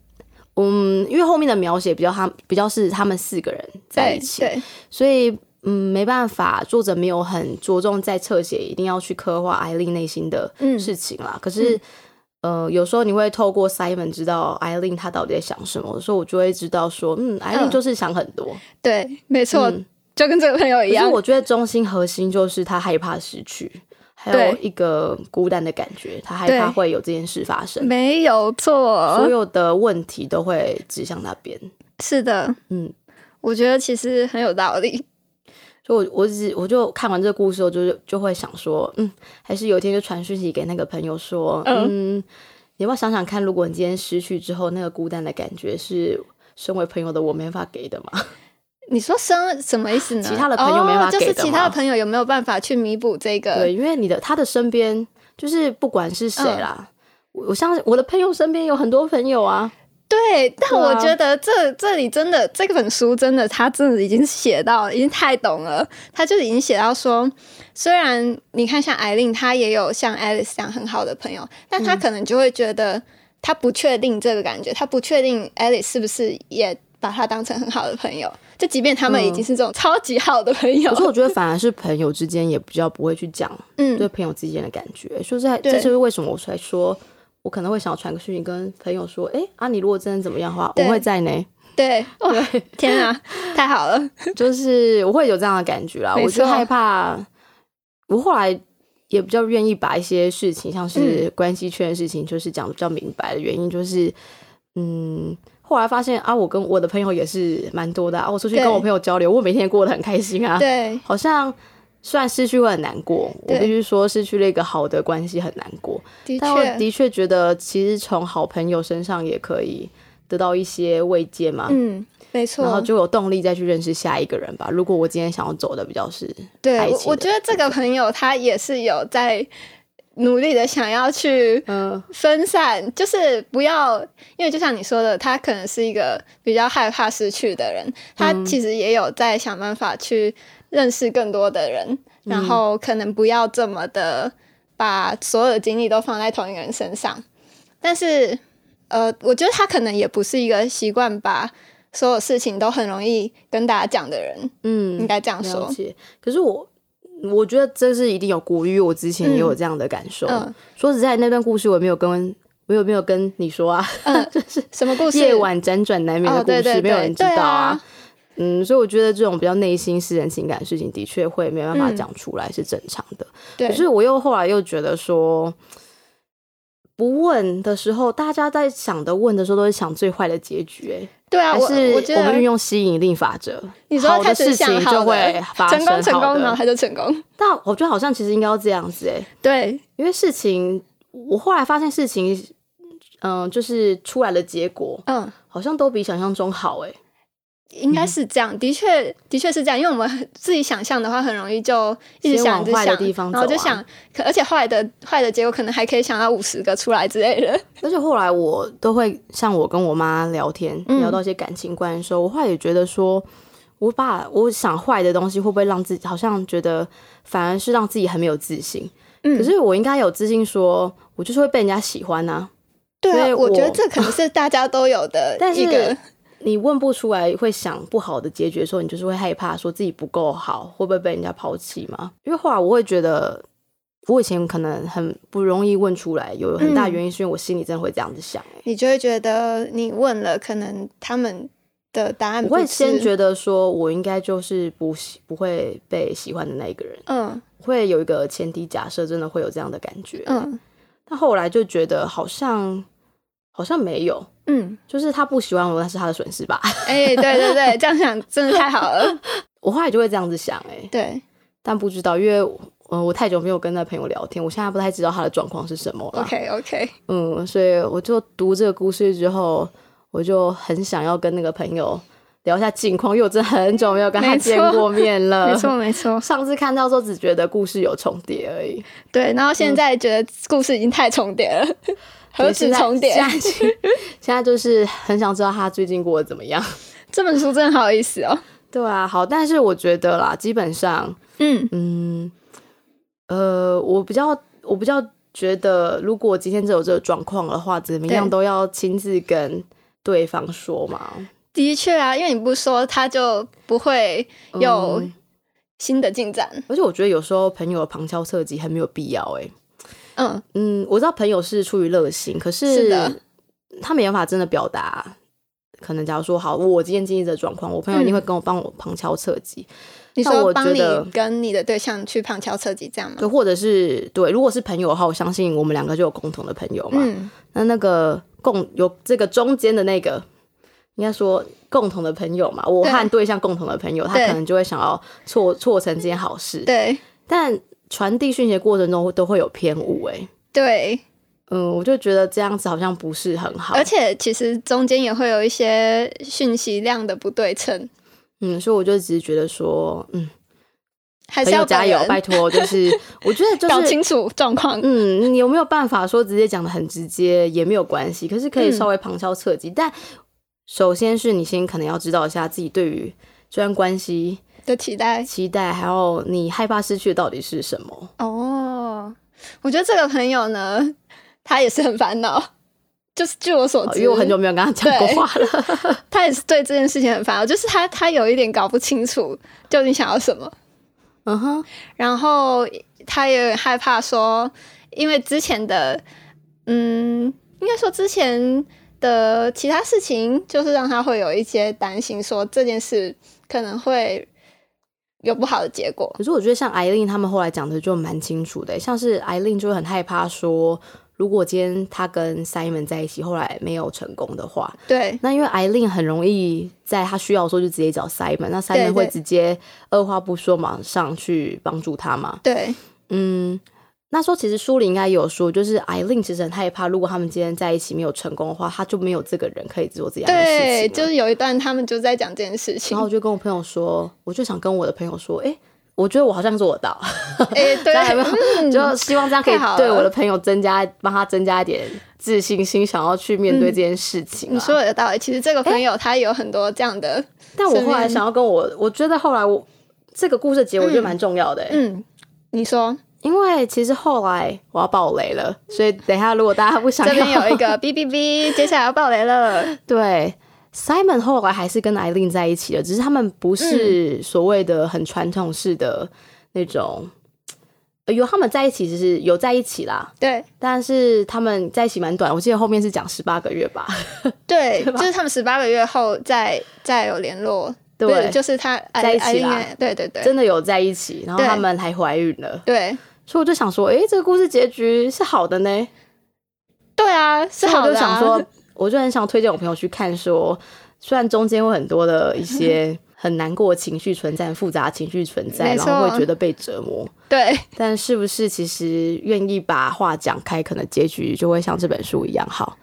S1: 嗯，因为后面的描写比较他比较是他们四个人在
S2: 对
S1: 一起，
S2: 对，
S1: 所以嗯，没办法，作者没有很着重在侧写，一定要去刻画艾琳内心的
S2: 嗯
S1: 事情啦。可是、呃，有时候你会透过 Simon 知道艾琳她到底在想什么，所以我就会知道说，嗯，艾琳
S2: 嗯
S1: 就是想很多。
S2: 对，没错，
S1: 嗯
S2: 就跟这个朋友
S1: 可
S2: 一
S1: 是
S2: 样。
S1: 我觉得中心核心就是她害怕失去。还有
S2: 对
S1: 一个孤单的感觉，她害
S2: 对嗯呃
S1: 怕会有这件事发生，
S2: 没有
S1: 所
S2: 错，
S1: 有的问题都会指向那边。
S2: 是的，
S1: 嗯，
S2: 我觉得其实很有道理。
S1: 所以我，我只我就看完这个故事，我就就会想说，嗯，还是有一天就传讯息给那个朋友说，嗯，你要不要想想看，如果你今天失去之后，那个孤单的感觉是身为朋友的我没法给的嘛？
S2: 你说生什么意思呢？
S1: 其他的朋友没办法
S2: 哦、就
S1: 给
S2: 是
S1: 的
S2: 其他
S1: 吗
S2: 的朋友有没有办法去弥补这个？
S1: 对，因为你的他的身边，就是不管是谁
S2: 嗯
S1: 啦，我我相信我的朋友身边有很多朋友啊，
S2: 对，但
S1: 对啊
S2: 我觉得这这里真的这本书真的，他真的已经写到已经太懂了，他就已经写到说，虽然你看像艾琳，她也有像 Alice 这样很好的朋友，但她可能就会觉得她不确定这个感觉，她不确定 Alice 是不是也把她当成很好的朋友，就即便他们已经是这种超级好的朋友
S1: 嗯可，是我觉得反而是朋友之间也比较不会去讲
S2: 嗯，
S1: 对朋友之间的感觉，说实在，
S2: 对
S1: 这就是为什么我才说。我可能会想要传个讯息跟朋友说，哎、啊，你如果真的怎么样的话，我
S2: 对
S1: 会在 呢。
S2: 对，哇，天啊，太好了，
S1: 就是我会有这样的感觉啦。
S2: 没错
S1: 我就害怕，我后来也比较愿意把一些事情，像是
S2: 嗯
S1: 关系圈的事情，就是讲的比较明白的原因，就是嗯，后来发现啊，我跟我的朋友也是蛮多的啊，我出去
S2: 对
S1: 跟我朋友交流，我每天也过得很开心 啊，
S2: 对，
S1: 好像。虽然失去会很难过，我
S2: 对
S1: 必须说失去了一个好的关系很难过，
S2: 的
S1: 但我
S2: 确，
S1: 的确觉得其实从好朋友身上也可以得到一些慰藉嘛。
S2: 嗯，没错，
S1: 然后就有动力再去认识下一个人吧。如果我今天想要走的比较是，
S2: 对
S1: 爱
S2: 我，
S1: 情
S2: 我
S1: 的
S2: 觉得这个朋友他也是有在努力的想要去
S1: 嗯、
S2: 分散，就是不要，因为就像你说的，他可能是一个比较害怕失去的人，他其实也有在想办法去认识更多的人，
S1: 嗯
S2: 然后可能不要这么的把所有的精力都放在同一个人身上，但是呃，我觉得他可能也不是一个习惯把所有事情都很容易跟大家讲的人，应
S1: 嗯，
S2: 该这样
S1: 了
S2: 说，
S1: 解。可是我我觉得这是一定有鼓励，我之前也有这样的感受。
S2: 嗯
S1: 说实在，那段故事我也没有跟。我有没有跟你说啊？
S2: 嗯，什么故事？
S1: 夜晚辗转难眠的
S2: 哦，
S1: 故事，
S2: 对对对，
S1: 没有人知
S2: 对
S1: 道
S2: 啊。
S1: 嗯，所以我觉得这种比较内心、私人情感的事情，的确会没办法
S2: 嗯
S1: 讲出来，是正常的。
S2: 对，
S1: 可是我又后来又觉得说，不问的时候，大家在想的问的时候，都是想最坏的结局、欸。
S2: 对啊，
S1: 还
S2: 我
S1: 是
S2: 我觉
S1: 们运
S2: 得
S1: 用吸引力法则，
S2: 你说
S1: 好
S2: 开
S1: 的
S2: 始
S1: 事
S2: 想
S1: 情
S2: 好
S1: 就
S2: 的
S1: 会发生
S2: 成功成
S1: 好
S2: 功，
S1: 的
S2: 然后他就成功。
S1: 但我觉得好像其实应该要这样子哎、
S2: 对，
S1: 因为事情，我后来发现事情，嗯、就是出来的结果
S2: 嗯，
S1: 好像都比想象中好哎、
S2: 应该是这样，的确的确是这样，因为我们很自己想象的话，很容易就一直
S1: 先
S2: 想
S1: 往
S2: 一直
S1: 坏的
S2: 想，
S1: 地方
S2: 然后
S1: 走
S2: 就
S1: 啊
S2: 想，可而且坏的坏的结果可能还可以想到五十个出来之类 的。
S1: 而且后来我都会像我跟我妈聊天，
S2: 嗯
S1: 聊到一些感情观的时候，我后来也觉得说，我把我想坏的东西会不会让自己好像觉得反而是让自己很没有自信？
S2: 嗯
S1: 可是我应该有自信说，我就是会被人家喜欢呐、
S2: 对
S1: 所以
S2: 啊，我觉得
S1: 我
S2: 这可能是大家都有 的
S1: 但
S2: 一个
S1: 是，你问不出来会想不好的结局的时候，你就是会害怕说自己不够好，会不会被人家抛弃嘛？因为后来我会觉得，我以前可能很不容易问出来，有很大
S2: 嗯
S1: 原因是因为我心里真的会这样子想、欸
S2: 你就会觉得你问了，可能他们的答案
S1: 我会
S2: 不是
S1: 先觉得说我应该就是不喜不会被喜欢的那一个人，
S2: 嗯
S1: 会有一个前提假设，真的会有这样的感觉。
S2: 嗯
S1: 但后来就觉得好像好像没有，
S2: 嗯，
S1: 就是他不喜欢我，那是他的损失吧。
S2: 哎、对对对，这样想真的太好了。
S1: 我后来就会这样子想、欸，
S2: 对，
S1: 但不知道，因为呃，我太久没有跟那朋友聊天，我现在不太知道他的状况是什么了。
S2: OK OK，
S1: 嗯，所以我就读这个故事之后，我就很想要跟那个朋友聊一下近况，因为我真的很久没有跟他
S2: 没错
S1: 见过面了。
S2: 没错没错，
S1: 上次看到时候只觉得故事有重叠而已，
S2: 对。然后现在觉得故事已经太重叠了，
S1: 嗯
S2: 何
S1: 对现
S2: 止
S1: 在
S2: 重叠？
S1: 现 在现在就是很想知道他最近过得怎么样。
S2: 这本书真好意思哦。
S1: 对啊，好，但是我觉得啦，基本上，
S2: 嗯
S1: 嗯，呃，我比较，我比较觉得，如果今天只有这个状况的话，怎么样
S2: 对
S1: 都要亲自跟对方说嘛。
S2: 的确啊，因为你不说，他就不会有
S1: 嗯
S2: 新的进展。
S1: 而且我觉得有时候朋友的旁敲侧击很没有必要、欸。
S2: 嗯，
S1: 嗯，我知道朋友是出于热心，可
S2: 是的
S1: 他没办法真的表达。可能假如说好，我今天经历这个状况，我
S2: 嗯
S1: 朋友一定会跟我帮我旁敲侧击，
S2: 你
S1: 但我
S2: 说帮
S1: 觉
S2: 你
S1: 得
S2: 跟你的对象去旁敲侧击这样吗？
S1: 对，或者是对，如果是朋友的话，我相信我们两个就有共同的朋友嘛。
S2: 嗯，
S1: 那那个共有这个中间的那个，应该说共同的朋友嘛，我
S2: 对
S1: 和对象共同的朋友，他
S2: 对
S1: 可能就会想要错错成这件好事，
S2: 对
S1: 但传递讯息的过程中都会有偏误、欸，哎，
S2: 对，
S1: 嗯，我就觉得这样子好像不是很好，
S2: 而且其实中间也会有一些讯息量的不对称，
S1: 嗯，所以我就只是觉得说，嗯，
S2: 还是
S1: 朋友
S2: 要
S1: 加
S2: 本
S1: 油，
S2: 人
S1: 拜托， 就是我觉得就
S2: 搞
S1: 是。
S2: 清楚状况。
S1: 嗯，你有没有办法说直接讲的很直接也没有关系，可是可以
S2: 嗯
S1: 稍微旁敲侧击。但首先是你先可能要知道一下自己对于这段关系
S2: 的期待
S1: 期待，还有你害怕失去的到底是什么？
S2: 哦。我觉得这个朋友呢， 他也是很烦恼， 就是据我所
S1: 哦
S2: 知，
S1: 因为我很久没有跟他讲过话了。
S2: 他也是对这件事情很烦恼，就是他他有一点搞不清楚究竟想要什么，
S1: 嗯哼，
S2: 然后他也很害怕说，因为之前的，嗯，应该说之前的其他事情，就是让他会有一些担心，说这件事可能会有不好的结果。
S1: 可是我觉得像艾琳他们后来讲的就蛮清楚的，像是艾琳就会很害怕说，如果今天她跟 Simon 在一起，后来没有成功的话，
S2: 对
S1: 那因为艾琳很容易在她需要的时候就直接找 Simon，那 Simon
S2: 对
S1: 会直接二话不说马上去帮助她嘛。
S2: 对
S1: 嗯，那时候其实书里应该有说，就是艾琳其实很害怕，如果他们今天在一起没有成功的话，她就没有这个人可以做这样的事情了。啊
S2: 对，就是有一段他们就在讲这件事情
S1: 然后，我就跟我朋友说，我就想跟我的朋友说，诶，我觉得我好像做得到，
S2: 哎、对
S1: 这样有没，有？
S2: 嗯
S1: 就希望这样可以
S2: 太好了
S1: 对我的朋友增加，帮他增加一点自信心，想要去面对这件事情、啊
S2: 嗯你说的有道理。其实这个朋友他有很多这样的，
S1: 但我后来
S2: 顺便
S1: 想要跟我，我觉得后来我这个故事结尾就蛮重要的、欸
S2: 嗯，你说
S1: 因为其实后来我要爆雷了，所以等一下如果大家不想
S2: 这边
S1: 要
S2: 有一个 哔哔哔，接下来要爆雷了。
S1: 对 Simon 后来还是跟艾琳在一起了，只是他们不
S2: 嗯
S1: 是所谓的很传统式的那种。呃有他们在一起，其实有在一起啦，
S2: 对
S1: 但是他们在一起蛮短，我记得后面是讲十八个月 吧。
S2: 对，
S1: 对吧
S2: 就是他们十八个月后再再有联络，
S1: 对
S2: 不是就是他哎艾
S1: 在一起啦
S2: 艾琳也对对对，
S1: 真的有在一起，然后
S2: 对
S1: 他们还怀孕了，
S2: 对
S1: 所以我就想说，诶、这个故事结局是好的呢。
S2: 对啊，是
S1: 所以我
S2: 好
S1: 就
S2: 的啊
S1: 想说，我就很想推荐我朋友去看说虽然中间会很多的一 些很难过的情绪存在、复杂的情绪存在，
S2: 没
S1: 然
S2: 错
S1: 后会觉得被折磨，
S2: 对
S1: 但是不是其实愿意把话讲开，可能结局就会像这本书一样好。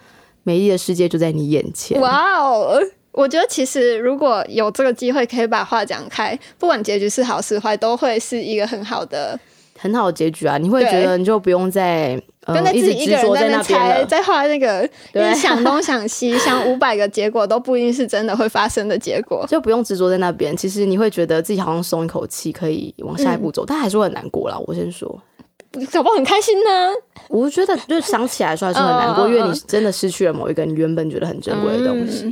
S1: 美丽的世界就在你眼前。
S2: 哇哦。我觉得其实如果有这个机会，可以把话讲开，不管结局是好是坏，都会是一个很好的，
S1: 很好的结局啊！你会
S2: 对
S1: 觉得你就不用再
S2: 不
S1: 嗯
S2: 用再
S1: 一
S2: 自
S1: 直
S2: 己一个
S1: 执
S2: 人
S1: 着
S2: 在
S1: 那边
S2: 那猜，
S1: 了。
S2: 在画那个，
S1: 对
S2: 因为想东想西，想五百个结果都不一定是真的会发生的结果。
S1: 就不用执着在那边，其实你会觉得自己好像松一口气，可以往下一
S2: 嗯
S1: 步走，但还是会很难过啦。我先说，
S2: 搞不好很开心呢、
S1: 我觉得就是想起来说还是很难过，
S2: 嗯嗯嗯嗯
S1: 因为你真的失去了某一个你原本觉得很珍贵的东西。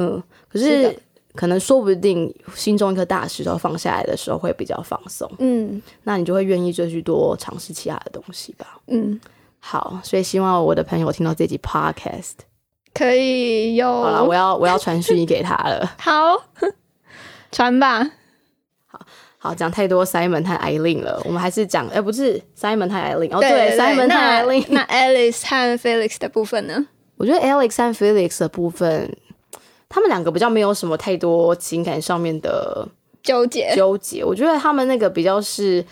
S1: 嗯可是
S2: 是的
S1: 可能说不定心中一颗大石头放下来的时候会比较放松，
S2: 嗯
S1: 那你就会愿意再去多尝试其他的东西吧。
S2: 嗯，
S1: 好，所以希望我的朋友听到这集 podcast。
S2: 可以有。
S1: 好了，我要我要传讯息给他了。
S2: 好，传吧。
S1: 好，讲太多 Simon 和 Eileen 了，我们还是讲，哎、不是 Simon 和 Eileen，哦，
S2: 对
S1: ，Simon 和
S2: 那
S1: Eileen。
S2: 那 Alice 和 Felix 的部分呢？
S1: 我觉得 Alex 和 Felix 的部分，他们两个比较没有什么太多情感上面的
S2: 纠结。
S1: 纠结。我觉得他们那个比较是，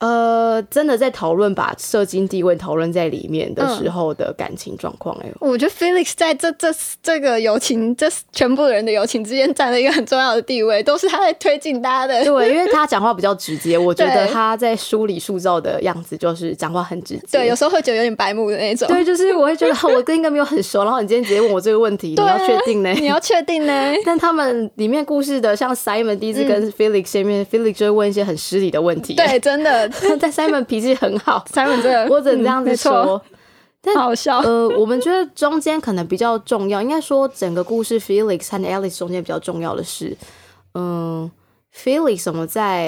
S1: 呃，真的在讨论把社经地位讨论在里面的
S2: 嗯
S1: 时候的感情状况、哎、
S2: 我觉得 Felix 在这这这个友情，这全部人的友情之间占了一个很重要的地位，都是他在推进大家的。
S1: 对，因为他讲话比较直 接，我觉得
S2: 对
S1: 他在书里塑造的样子就是讲话很直接。
S2: 对，有时候会觉得有点白目的那种。
S1: 对，就是我会觉得 哦我跟一个没有很熟，然后你今天直接问我这个问题，你
S2: 对啊
S1: 要确定呢？
S2: 你要确定呢？
S1: 但他们里面故事的，像 Simon 第一次跟 Felix 见面、f e l i x 就会问一些很失礼的问题。
S2: 嗯对，真的
S1: 但 Simon 脾气很好，
S2: ，Simon 这个
S1: 我只能这样
S2: 嗯
S1: 子
S2: 没错
S1: 说。
S2: 好好笑。
S1: 呃，我们觉得中间可能比较重要，应该说整个故事 Felix 和 Alice 中间比较重要的是，嗯，Felix 怎么在，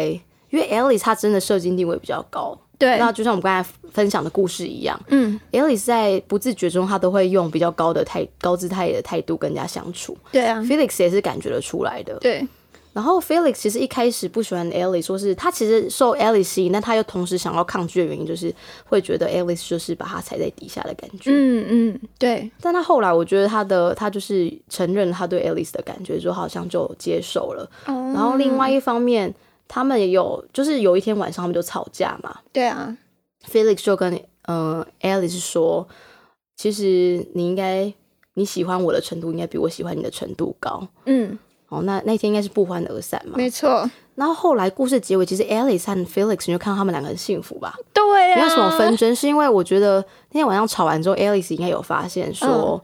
S1: 因为 Alice 她真的社经地位比较高，
S2: 对，
S1: 那就像我们刚才分享的故事一样
S2: 嗯，
S1: ，Alice 在不自觉中她都会用比较高的态、高姿态的态度跟人家相处
S2: 对啊，
S1: ，Felix 也是感觉得出来的。
S2: 对，
S1: 然后 Felix 其实一开始不喜欢 Alice，说是他其实受 Alice 吸引，但他又同时想要抗拒的原因，就是会觉得 Alice 就是把他踩在底下的感觉。
S2: 嗯嗯，对，
S1: 但他后来，我觉得他的他就是承认他对 Alice 的感觉，就好像就接受了。
S2: 然
S1: 然后另外一方面，他们也有，就是有一天晚上他们就吵架嘛
S2: 对啊，
S1: ，Felix 就跟呃 Alice 说，其实你应该你喜欢我的程度，应该比我喜欢你的程度高。
S2: 嗯，
S1: 哦，那那天应该是不欢而散嘛。
S2: 没错，
S1: 然后后来故事结尾，其实 Alice 和 Felix 你就看到他们两个很幸福吧。
S2: 对啊，
S1: 没有什么纷争，是因为我觉得那天晚上吵完之后，Alice 应该有发现说，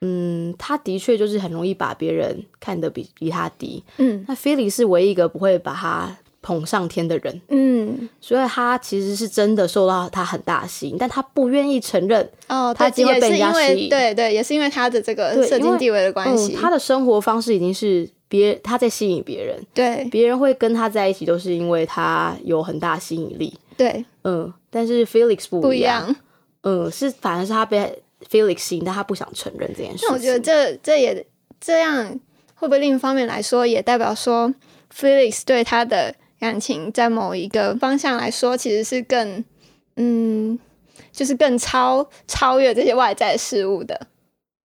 S1: 嗯，他的确就是很容易把别人看得比比他低。
S2: 嗯
S1: 那 Felix 是唯一一个不会把他捧上天的人，
S2: 嗯，
S1: 所以他其实是真的受到他很大的吸引，但他不愿意承认。
S2: 哦，
S1: 他
S2: 对
S1: 机会
S2: 也
S1: 被
S2: 是
S1: 人家
S2: 因为
S1: 吸引
S2: 对对，也是因为哦他的这个
S1: 对
S2: 社
S1: 因
S2: 经
S1: 为
S2: 地位的关
S1: 嗯，
S2: 系，
S1: 他的生活方式已经是别他在吸引别人，
S2: 对
S1: 别人会跟他在一起，都是因为他有很大吸引力。
S2: 对
S1: 嗯，但是 Felix 不
S2: 不
S1: 一
S2: 一
S1: 样，
S2: 样。
S1: 嗯，是反而是他被 Felix 吸引，但他不想承认这件事情。
S2: 那我觉得这这也这样，会不会另一方面来说，也代表说 Felix 对他的感情在某一个方向来说，其实是更嗯，就是更超超越这些外在事物的。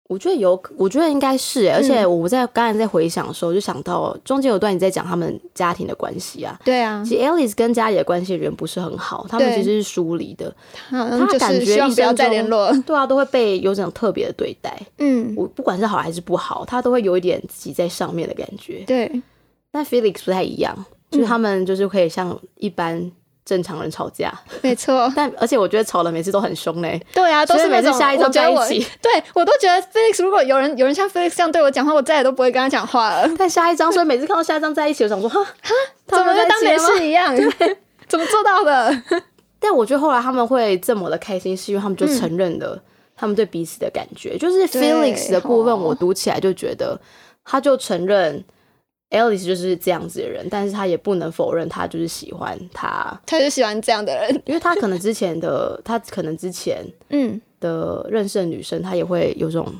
S1: 我觉得有，我觉得应该是耶，
S2: 嗯
S1: 而且我在刚才在回想的时候，就想到中间有段你在讲他们家庭的关系啊。
S2: 对啊，
S1: 其实 Alice 跟家里的关系原不是很好，他们
S2: 对
S1: 其实是疏离的，
S2: 好像
S1: 他
S2: 就
S1: 感
S2: 是
S1: 觉
S2: 希望
S1: 一
S2: 不要
S1: 生
S2: 再
S1: 中
S2: 联络了。
S1: 对啊，都会被有种特别的对待。
S2: 嗯，
S1: 我不管是好还是不好，他都会有一点挤在上面的感觉。
S2: 对，
S1: 但 Felix 不太一样，
S2: 嗯
S1: 就是他们就是可以像一般正常人吵架，
S2: 没错。
S1: 但而且我觉得吵的每次都很凶嘞。
S2: 对啊，都
S1: 所以
S2: 是那
S1: 每次
S2: 种
S1: 下一
S2: 我
S1: 周
S2: 觉得
S1: 在
S2: 我
S1: 一起
S2: 对我都觉得 Felix 如果有人有人像 Felix 这样对我讲话，我再也都不会跟他讲话了，
S1: 但下一张，所以每次看到下一张在一起，我想说哈哈，他
S2: 怎么
S1: 们在
S2: 就
S1: 一
S2: 当
S1: 起
S2: 没
S1: 了吗？
S2: 事一样？怎么做到的？
S1: 但我觉得后来他们会这么的开心，是因为他们就承认了他们对彼此的感觉。就是 Felix 的部分，
S2: 哦
S1: 我读起来就觉得，他就承认 Alice 就是这样子的人，但是他也不能否认他就是喜欢他，
S2: 他就喜欢这样的人。
S1: 因为他可能之前的他可能之前
S2: 嗯，
S1: 的认识的女生，他也会有种。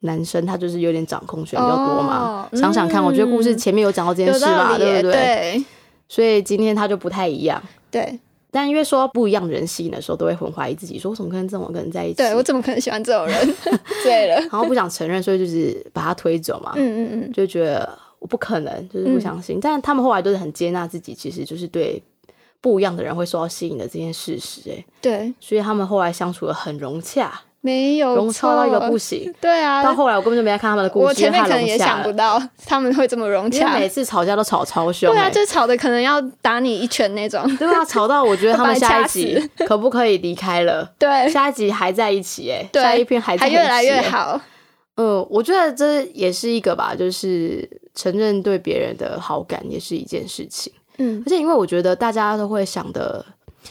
S1: 男生他就是有点掌控权比较多嘛
S2: 哦
S1: 想想看，我觉得故事
S2: 嗯
S1: 前面有讲到这件
S2: 有
S1: 事
S2: 道
S1: 吧，
S2: 理
S1: 对
S2: 耶，
S1: 不
S2: 对
S1: 所以今天他就不太一样。
S2: 对
S1: 但因为说到不一样的人吸引的时候，都会很怀疑自己，说我怎么跟这种人在一起？
S2: 对，我怎么可能喜欢这 种人？醉了。
S1: 然后不想承认，所以就是把他推走嘛，
S2: 嗯嗯嗯，
S1: 就觉得我不可能，就是不相信。但他们后来都是很接纳自己，其实就是对不一样的人会受到吸引的这件事实、哎，
S2: 对，
S1: 所以他们后来相处的很融洽，
S2: 没有
S1: 融洽到一个不
S2: 错
S1: 行。
S2: 对
S1: 到
S2: 啊，
S1: 后来我根本就没在看他们的故事，
S2: 我前面
S1: 因
S2: 可
S1: 为太
S2: 能
S1: 融
S2: 也
S1: 洽
S2: 想不
S1: 了。
S2: 到他们会这么融
S1: 因为
S2: 洽
S1: 每。次吵架都吵超凶、
S2: 对
S1: 哎
S2: 啊，就是吵的可能要打你一拳那 种。
S1: 对啊，吵到我 觉得他们
S2: 把他
S1: 下一
S2: 掐
S1: 集可不可以离开了？
S2: 对
S1: 下一集还在一起、哎，
S2: 哎对，
S1: 下一篇还在
S2: 还
S1: 一起、哎
S2: 越来越好。
S1: 嗯，我觉得这也是一个吧，就是承认对别人的好感也是一件事情。
S2: 嗯
S1: 而且因为我觉得大家都会想的，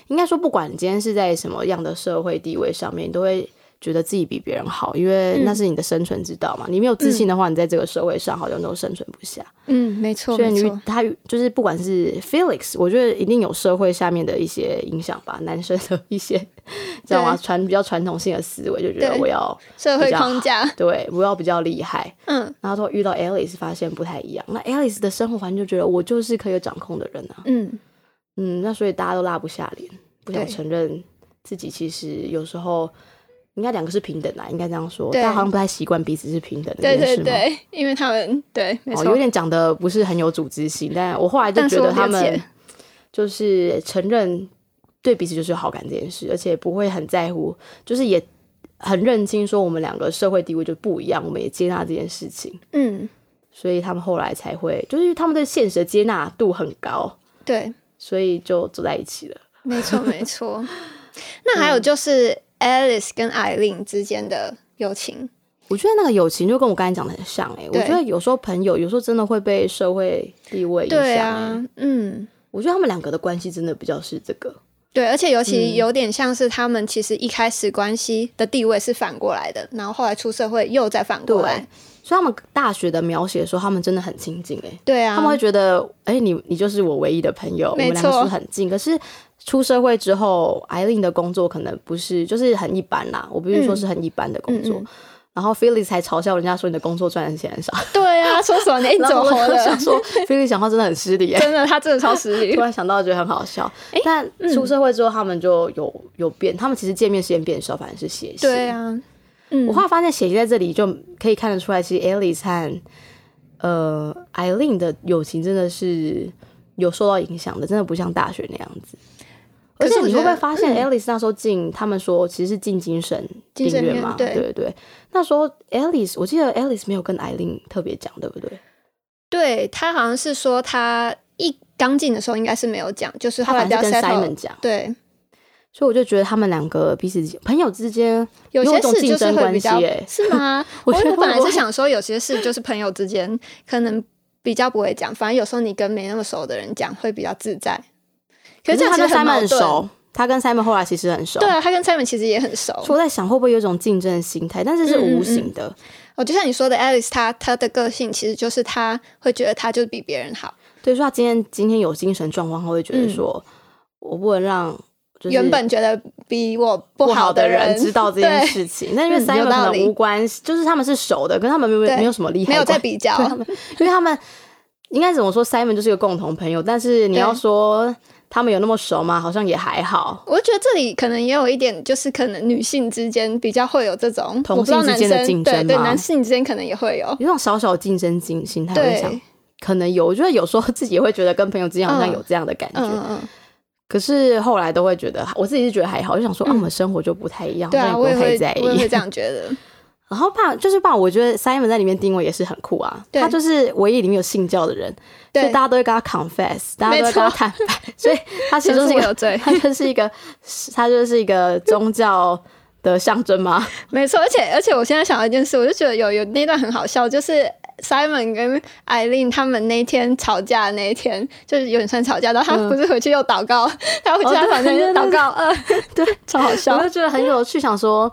S1: 应该说不管你今天是在什么样的社会地位上面，你都会觉得自己比别人好，因为
S2: 嗯
S1: 那是你的生存之道嘛。你没有自信的话，你在这个社会上好像都生存不下。
S2: 嗯，没错
S1: 所以
S2: 没
S1: 你遇
S2: 错。
S1: 他遇就是不管是 Felix，我觉得一定有社会下面的一些影响吧，男生的一些， 知道吗？
S2: 对
S1: 传比较传统性的思维，就觉得
S2: 对
S1: 我要
S2: 社
S1: 比
S2: 会
S1: 较
S2: 框
S1: 好
S2: 架。
S1: 对我要比较厉害。
S2: 嗯
S1: 然后他遇到 Alice 发现不太一样，那 Alice 的生活环境就觉得我就是可以有掌控的人啊，
S2: 嗯。
S1: 嗯，那所以大家都拉不下脸，不想
S2: 对
S1: 承认自己其实有时候应该两个是平等啊，应该这样说，
S2: 对
S1: 大家好像不太习惯彼此是平等的
S2: 对
S1: 这件
S2: 对
S1: 事吗？
S2: 对，因为他们对，没
S1: 哦，
S2: 错，
S1: 有点讲的不是很有组织性，但我后来就
S2: 但是
S1: 觉得
S2: 我
S1: 他
S2: 了解
S1: 们就是承认对彼此就是有好感这件事，而且不会很在乎，就是也很认清说我们两个社会地位就不一样，我们也接纳这件事情，
S2: 嗯，
S1: 所以他们后来才会，就是因为他们对现实的接纳度很高，
S2: 对，
S1: 所以就走在一起了。
S2: 没错 没错。
S1: 嗯
S2: 那还有就是 Alice 跟 Eileen 之间的友情，
S1: 我觉得那个友情就跟我刚才讲的很像哎、我
S2: 对
S1: 觉得有时候朋友有时候真的会被社会地位影响、
S2: 对
S1: 欸
S2: 啊，嗯。
S1: 我觉得他们两个的关系真的比较是这个，
S2: 对，而且尤其
S1: 嗯
S2: 有点像是他们其实一开始关系的地位是反过来的，然后后来出社会又再反过来。
S1: 所以他们大学的描写说他们真的很亲近哎、
S2: 对啊，
S1: 他们会觉得，哎、你你就是我唯一的朋友，我
S2: 没
S1: 们两个
S2: 错
S1: 是很近。可是出社会之后，艾琳的工作可能不是，就是很一般啦。我不是说是很一般的工作。
S2: 嗯嗯嗯
S1: 然后 Felix 才嘲笑人家说你的工作赚的钱很少，
S2: 对啊，说什么 你你
S1: 然
S2: 怎么
S1: 后我
S2: 活
S1: 就
S2: 的
S1: 想？ 说 Felix 讲话真的很失礼、欸。
S2: 真的，他真的超实力
S1: 突。然想到觉得很好笑，但
S2: 嗯
S1: 出社会之后他们就有有变，他们其实见面时间变少，反而是写信。
S2: 对啊，嗯
S1: 我后来发现写信在这里就可以看得出来，其实 Alice 和呃 Eileen 的友情真的是有受到影响的，真的不像大学那样子。而
S2: 可是
S1: 且
S2: 我
S1: 你
S2: 觉
S1: 会不
S2: 得嗯
S1: 会发现，Alice 那时候进、他们说其实是进精神
S2: 精
S1: 病
S2: 神
S1: 院
S2: 院
S1: 嘛？
S2: 对
S1: 对对，那时候 Alice 我记得 Alice 没有跟 Eileen 特别讲，对不对？
S2: 对他好像是说他一刚进的时候应该是没有讲，就是
S1: 她
S2: 后来
S1: 反
S2: 比较
S1: 而是跟
S2: settle
S1: Simon。讲，
S2: 对，
S1: 所以我就觉得他们两个彼此朋友之间
S2: 有些
S1: 一种
S2: 事
S1: 竞
S2: 就是
S1: 争
S2: 会
S1: 关
S2: 比
S1: 系、
S2: 较
S1: 欸，
S2: 是吗？
S1: 我
S2: 我
S1: 觉得
S2: 本来
S1: 会不会
S2: 是想说有些事就是朋友之间可能比较不会讲，反正有时候你跟没那么熟的人讲会比较自在。可是这样
S1: 他
S2: 其
S1: 跟
S2: 实很
S1: Simon
S2: 矛
S1: 很
S2: 盾。
S1: 熟，他跟 Simon 后来其实很熟，
S2: 对啊，他跟 Simon 其实也很熟。
S1: 所以我在想，会不会有一种竞争的心态，但是是
S2: 嗯
S1: 无形的。
S2: 哦，就像你说的，Alice，她她的个性其实就是她会觉得她就是比别人好，
S1: 对，所以他今天今天有精神状况，他会觉得说，我不能让就是
S2: 嗯原本觉得比我不
S1: 不
S2: 好
S1: 好
S2: 的
S1: 的人知 道这件
S2: 对
S1: 事情。那因为
S2: 嗯有
S1: Simon
S2: 道
S1: 可能
S2: 理
S1: 无关系，就是他们是熟的，跟他们没有
S2: 对
S1: 没有什么厉害
S2: 没有
S1: 关，
S2: 在比较。
S1: 对他们，因为他们应该怎么说，Simon 就是一个共同朋友，但是你要
S2: 对
S1: 说他们有那么熟吗？好像也还好。
S2: 我觉得这里可能也有一点，就是可能女性之间比较会有这种
S1: 同
S2: 我不知道
S1: 性之
S2: 男
S1: 间的
S2: 生
S1: 竞
S2: 对
S1: 争
S2: 对，
S1: 吗
S2: 男性之间可能也会有。
S1: 有那种小小的竞争心心态，我就
S2: 对，
S1: 想可能有。我觉得有时候自己也会觉得跟朋友之间好像
S2: 嗯
S1: 有这样的感觉，
S2: 嗯嗯嗯，
S1: 可是后来都会觉得，我自己是觉得还好，就想说，啊，
S2: 嗯
S1: 我们生活就不太一样，
S2: 对啊，
S1: 好
S2: 我也
S1: 像也
S2: 会
S1: 不太在，
S2: 我也会
S1: 意。
S2: 这样觉 得。
S1: 然后爸就是爸，我觉得 Simon 在里面定位也是很酷啊，
S2: 对
S1: 他就是唯一里面有信教的人，所以
S2: 对
S1: 大，家都会跟他 confess，大家都会跟他坦白， 所以他其实 就是一
S2: 我
S1: 个，
S2: 有罪。
S1: 他就是一个，他就是一个宗教的象征嘛。
S2: 没错，而且而且我现在想到一件事，我就觉得有有那段很好笑，就是 Simon 跟 Eileen 他们那天吵架的那一天，就是有点算吵架，然后他
S1: 嗯
S2: 不是回去又祷告， 他回去
S1: 哦
S2: 他
S1: 对
S2: 房间就
S1: 对对
S2: 祷告，嗯，
S1: 对，
S2: 超好
S1: 我
S2: 笑
S1: 就，觉得很有趣，想说。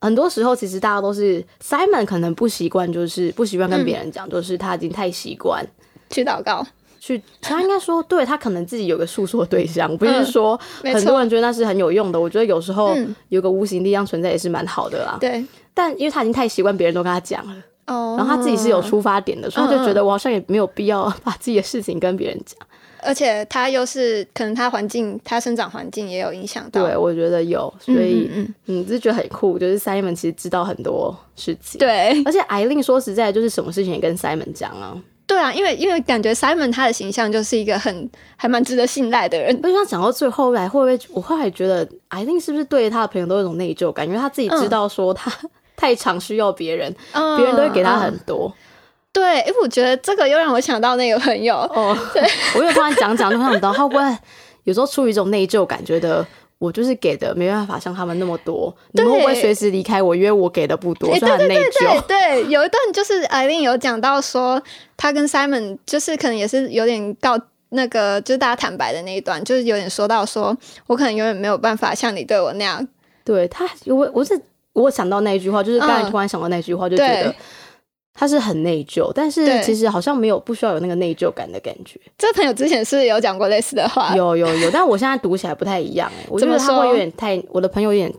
S1: 很多时候，其实大家都是 Simon 可能不习惯，就是不习惯
S2: 嗯
S1: 跟别人讲，就是他已经太习惯
S2: 去祷告，
S1: 去，他应该说，对他可能自己有个诉说对象，我不是
S2: 嗯
S1: 说
S2: 没
S1: 很
S2: 错，
S1: 多人觉得那是很有用的。我觉得有时候
S2: 嗯
S1: 有个无形力量存在也是蛮好的啦。
S2: 对，
S1: 但因为他已经太习惯别人都跟他讲了，
S2: 哦，嗯
S1: 然后他自己是有，出发点的，所以他就觉得我好像也没有必要 把自己的事情跟别人讲。
S2: 而且他又是可能他环境，他生长环境也有影响到，
S1: 对，我觉得有，所
S2: 嗯，
S1: 以
S2: 嗯嗯，
S1: 嗯，就觉得很酷，就是 Simon 其实知道很多事情。。
S2: 对
S1: 而且艾琳说实在，就是什么事情也跟 Simon 讲啊，
S2: 对啊，因为因为感觉 Simon 他的形象就是一个很还蛮值得信赖的人，
S1: 而且他讲到最后来，会不会我后来觉得艾琳是不是对他的朋友都有一种内疚感，因为他自己知
S2: 嗯
S1: 道说他太常需要别人，
S2: 嗯
S1: 别人都会给他
S2: 嗯
S1: 很多，
S2: 对，因为我觉得这个又让我想到那个朋友，
S1: 哦，我有突然讲讲，就想到他会不会有时候出于一种内疚感，觉得我就是给的没办法像他们那么多，你们
S2: 对
S1: 会不会随时离开我，因为我给的不多，
S2: 诶
S1: 所以很内
S2: 对
S1: 疚。
S2: 对，有一段就是艾琳有讲到说，她跟 Simon 就是可能也是有点告那个，就是大家坦白的那一段，就是有点说到说，我可能永远没有办法像你对我那样，
S1: 对他，我我是我想到那一句话，就是刚才
S2: 嗯
S1: 突然想到那句话，就觉得
S2: 对
S1: 他是很内疚，但是
S2: 对
S1: 其实好像没有不需要有那个内疚感的感觉。
S2: 这朋友之前是有讲过类似的话，
S1: 有有有，但我现在读起来不太一样、欸，我觉
S2: 怎么
S1: 得他
S2: 说
S1: 会有点太，我的朋友有点，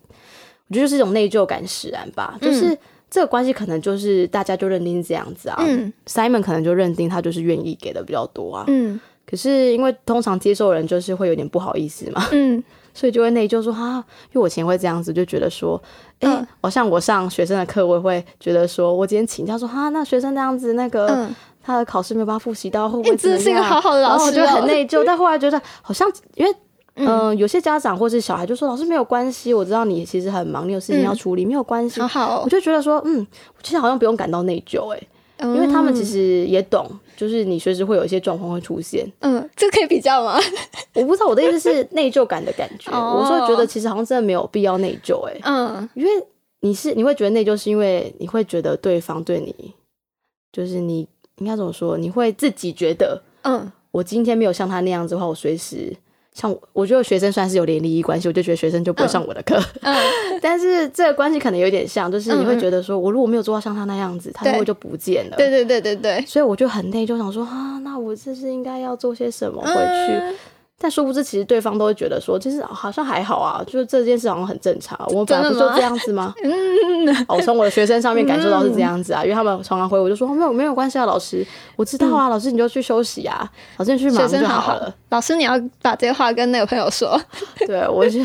S1: 我觉得就是一种内疚感使然吧，就是。这个关系可能就是大家就认定是这样子啊，
S2: 嗯
S1: Simon 可能就认定他就是愿意给的比较多啊。
S2: 嗯
S1: 可是因为通常接受人就是会有点不好意思嘛，
S2: 嗯，
S1: 所以就会内疚说啊，因为我以前会这样子，就觉得说，哎、
S2: 嗯
S1: 好像我上学生的课，我也会觉得说，我今天请假说啊，那学生那样子，那个、
S2: 嗯
S1: 他的考试没有办法复习到，会不
S2: 你
S1: 会
S2: 真的
S1: 怎
S2: 是一
S1: 么
S2: 个
S1: 样
S2: 好好的
S1: 然
S2: 老哦
S1: 后我
S2: 师、
S1: 就
S2: 哦，
S1: 很内疚，但后来觉得好像因为嗯、有些家长或是小孩就说：“老师没有关系，我知道你其实很忙，你有事情要处理，没有关系。
S2: 嗯好好
S1: 我
S2: 哦，
S1: 就觉得说，嗯，其实好像不用感到内疚、欸，因为他们其
S2: 嗯
S1: 实也懂，就是你随时会有一些状况会出现。
S2: 嗯，嗯，这可以比较吗？
S1: 我不知道我的意思 是内疚感的感觉，
S2: 哦
S1: 我说觉得其实好像真的没有必要内疚、欸，
S2: 嗯，
S1: 因为你是你会觉得内疚，是因为你会觉得对方对你，就是你应该怎么说？你会自己觉得，
S2: 嗯，
S1: 我今天没有像他那样子的话，我随时像我，我觉得学生算是有点利益关系，我就觉得学生就不会上我的课。
S2: 嗯
S1: 但是这个关系可能有点像，就是你会觉得说，我如果没有做到像他那样子，他会
S2: 对
S1: 就不见了。
S2: 对对对对对，
S1: 所以我就很内疚，想说啊，那我这是应该要做些什么回去？
S2: 嗯
S1: 但殊不知，其实对方都会觉得说，其实好像还好啊，就是这件事好像很正常啊，我本来
S2: 真
S1: 不
S2: 的
S1: 就
S2: 吗
S1: 这样子吗？
S2: 嗯，
S1: 哦，从我的学生上面感受到是这样子啊，因为他们常常回我就说没有没有关系啊，老师，我知道啊，老师你就去休息啊，老师你去忙
S2: 嗯学
S1: 就
S2: 生好
S1: 好
S2: 好
S1: 了。，
S2: 老师你要把这些话跟那个朋友说，
S1: 对，我是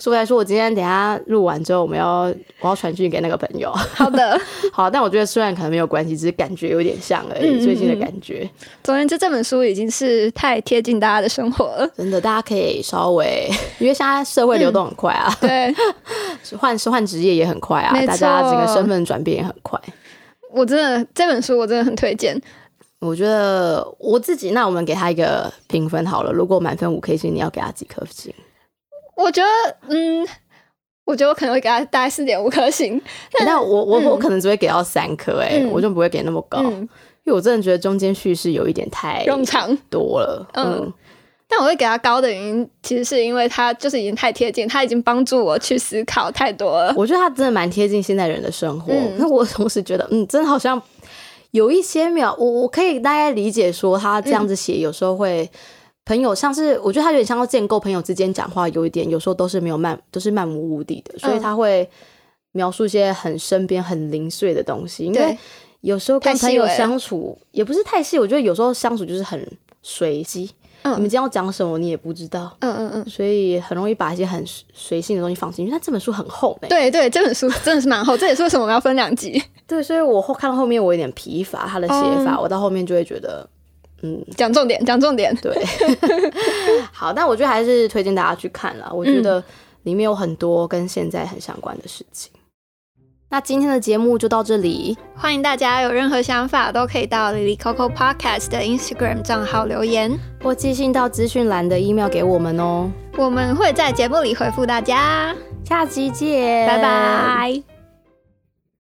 S1: 说来说，我今天等一下录完之后，我们要我要传讯给那个朋友。
S2: 好的。
S1: 好，但我觉得虽然可能没有关系，只是感觉有点像而
S2: 嗯嗯
S1: 已，
S2: 嗯
S1: 最近的感觉。
S2: 总而言之，这本书已经是太贴近大家的生活了。
S1: 真的，大家可以稍微，因为现在社会流动很快啊，
S2: 对
S1: 换是换职业也很快啊
S2: 没，错
S1: 大家整个身份转变也很快。
S2: 我真的这本书我真的很推荐。
S1: 我觉得我自己，那我们给他一个评分好了。如果满分五颗星，你要给他几颗星？
S2: 我觉得，嗯，我觉得我可能会给他大概四点五颗星。
S1: 欸但我我、我可能只会给到三颗，哎、
S2: 嗯
S1: 我就不会给那么高，
S2: 嗯，
S1: 因为我真的觉得中间叙事有一点太
S2: 冗长。
S1: 多了。
S2: 嗯
S1: 嗯，
S2: 但我会给他高的原因，其实是因为他就是已经太贴近，他已经帮助我去思考太多 了。
S1: 我觉得他真的蛮贴近现代人的生活。
S2: 嗯
S1: 那、我同时觉得，嗯，真的好像有一些秒，我我可以大概理解说他这样子写，有时候会。朋友像是，我觉得他有点像要建构朋友之间讲话，有一点有时候都是没有漫，都是漫无目的的，所以
S2: 嗯
S1: 他会描述一些很身边很零碎的东西。因为
S2: 对，
S1: 有时候跟
S2: 太细
S1: 朋友
S2: 微了
S1: 相处也不是太细，我觉得有时候相处就是很随机，
S2: 嗯
S1: 你们今天要讲什么你也不知道，
S2: 嗯嗯嗯，
S1: 所以很容易把一些很随随性的东西放进去。但这本书很厚呢、
S2: 对对，这本书真的是蛮厚，这也是为什么我们要分两集
S1: 对，所以我后看到后面我有点疲乏，他的写
S2: 嗯
S1: 法，我到后面就会觉得，嗯，
S2: 讲重点，讲重点。
S1: 对，好，但我觉得还是推荐大家去看啦，我觉
S2: 嗯
S1: 得里面有很多跟现在很相关的事情。那今天的节目就到这里，
S2: 欢迎大家有任何想法都可以到 Lily Coco Podcast 的 Instagram 账号留言，
S1: 或寄信到资讯栏的 email 给我们哦、
S2: 我们会在节目里回复大家。
S1: 下期见，
S2: 拜拜。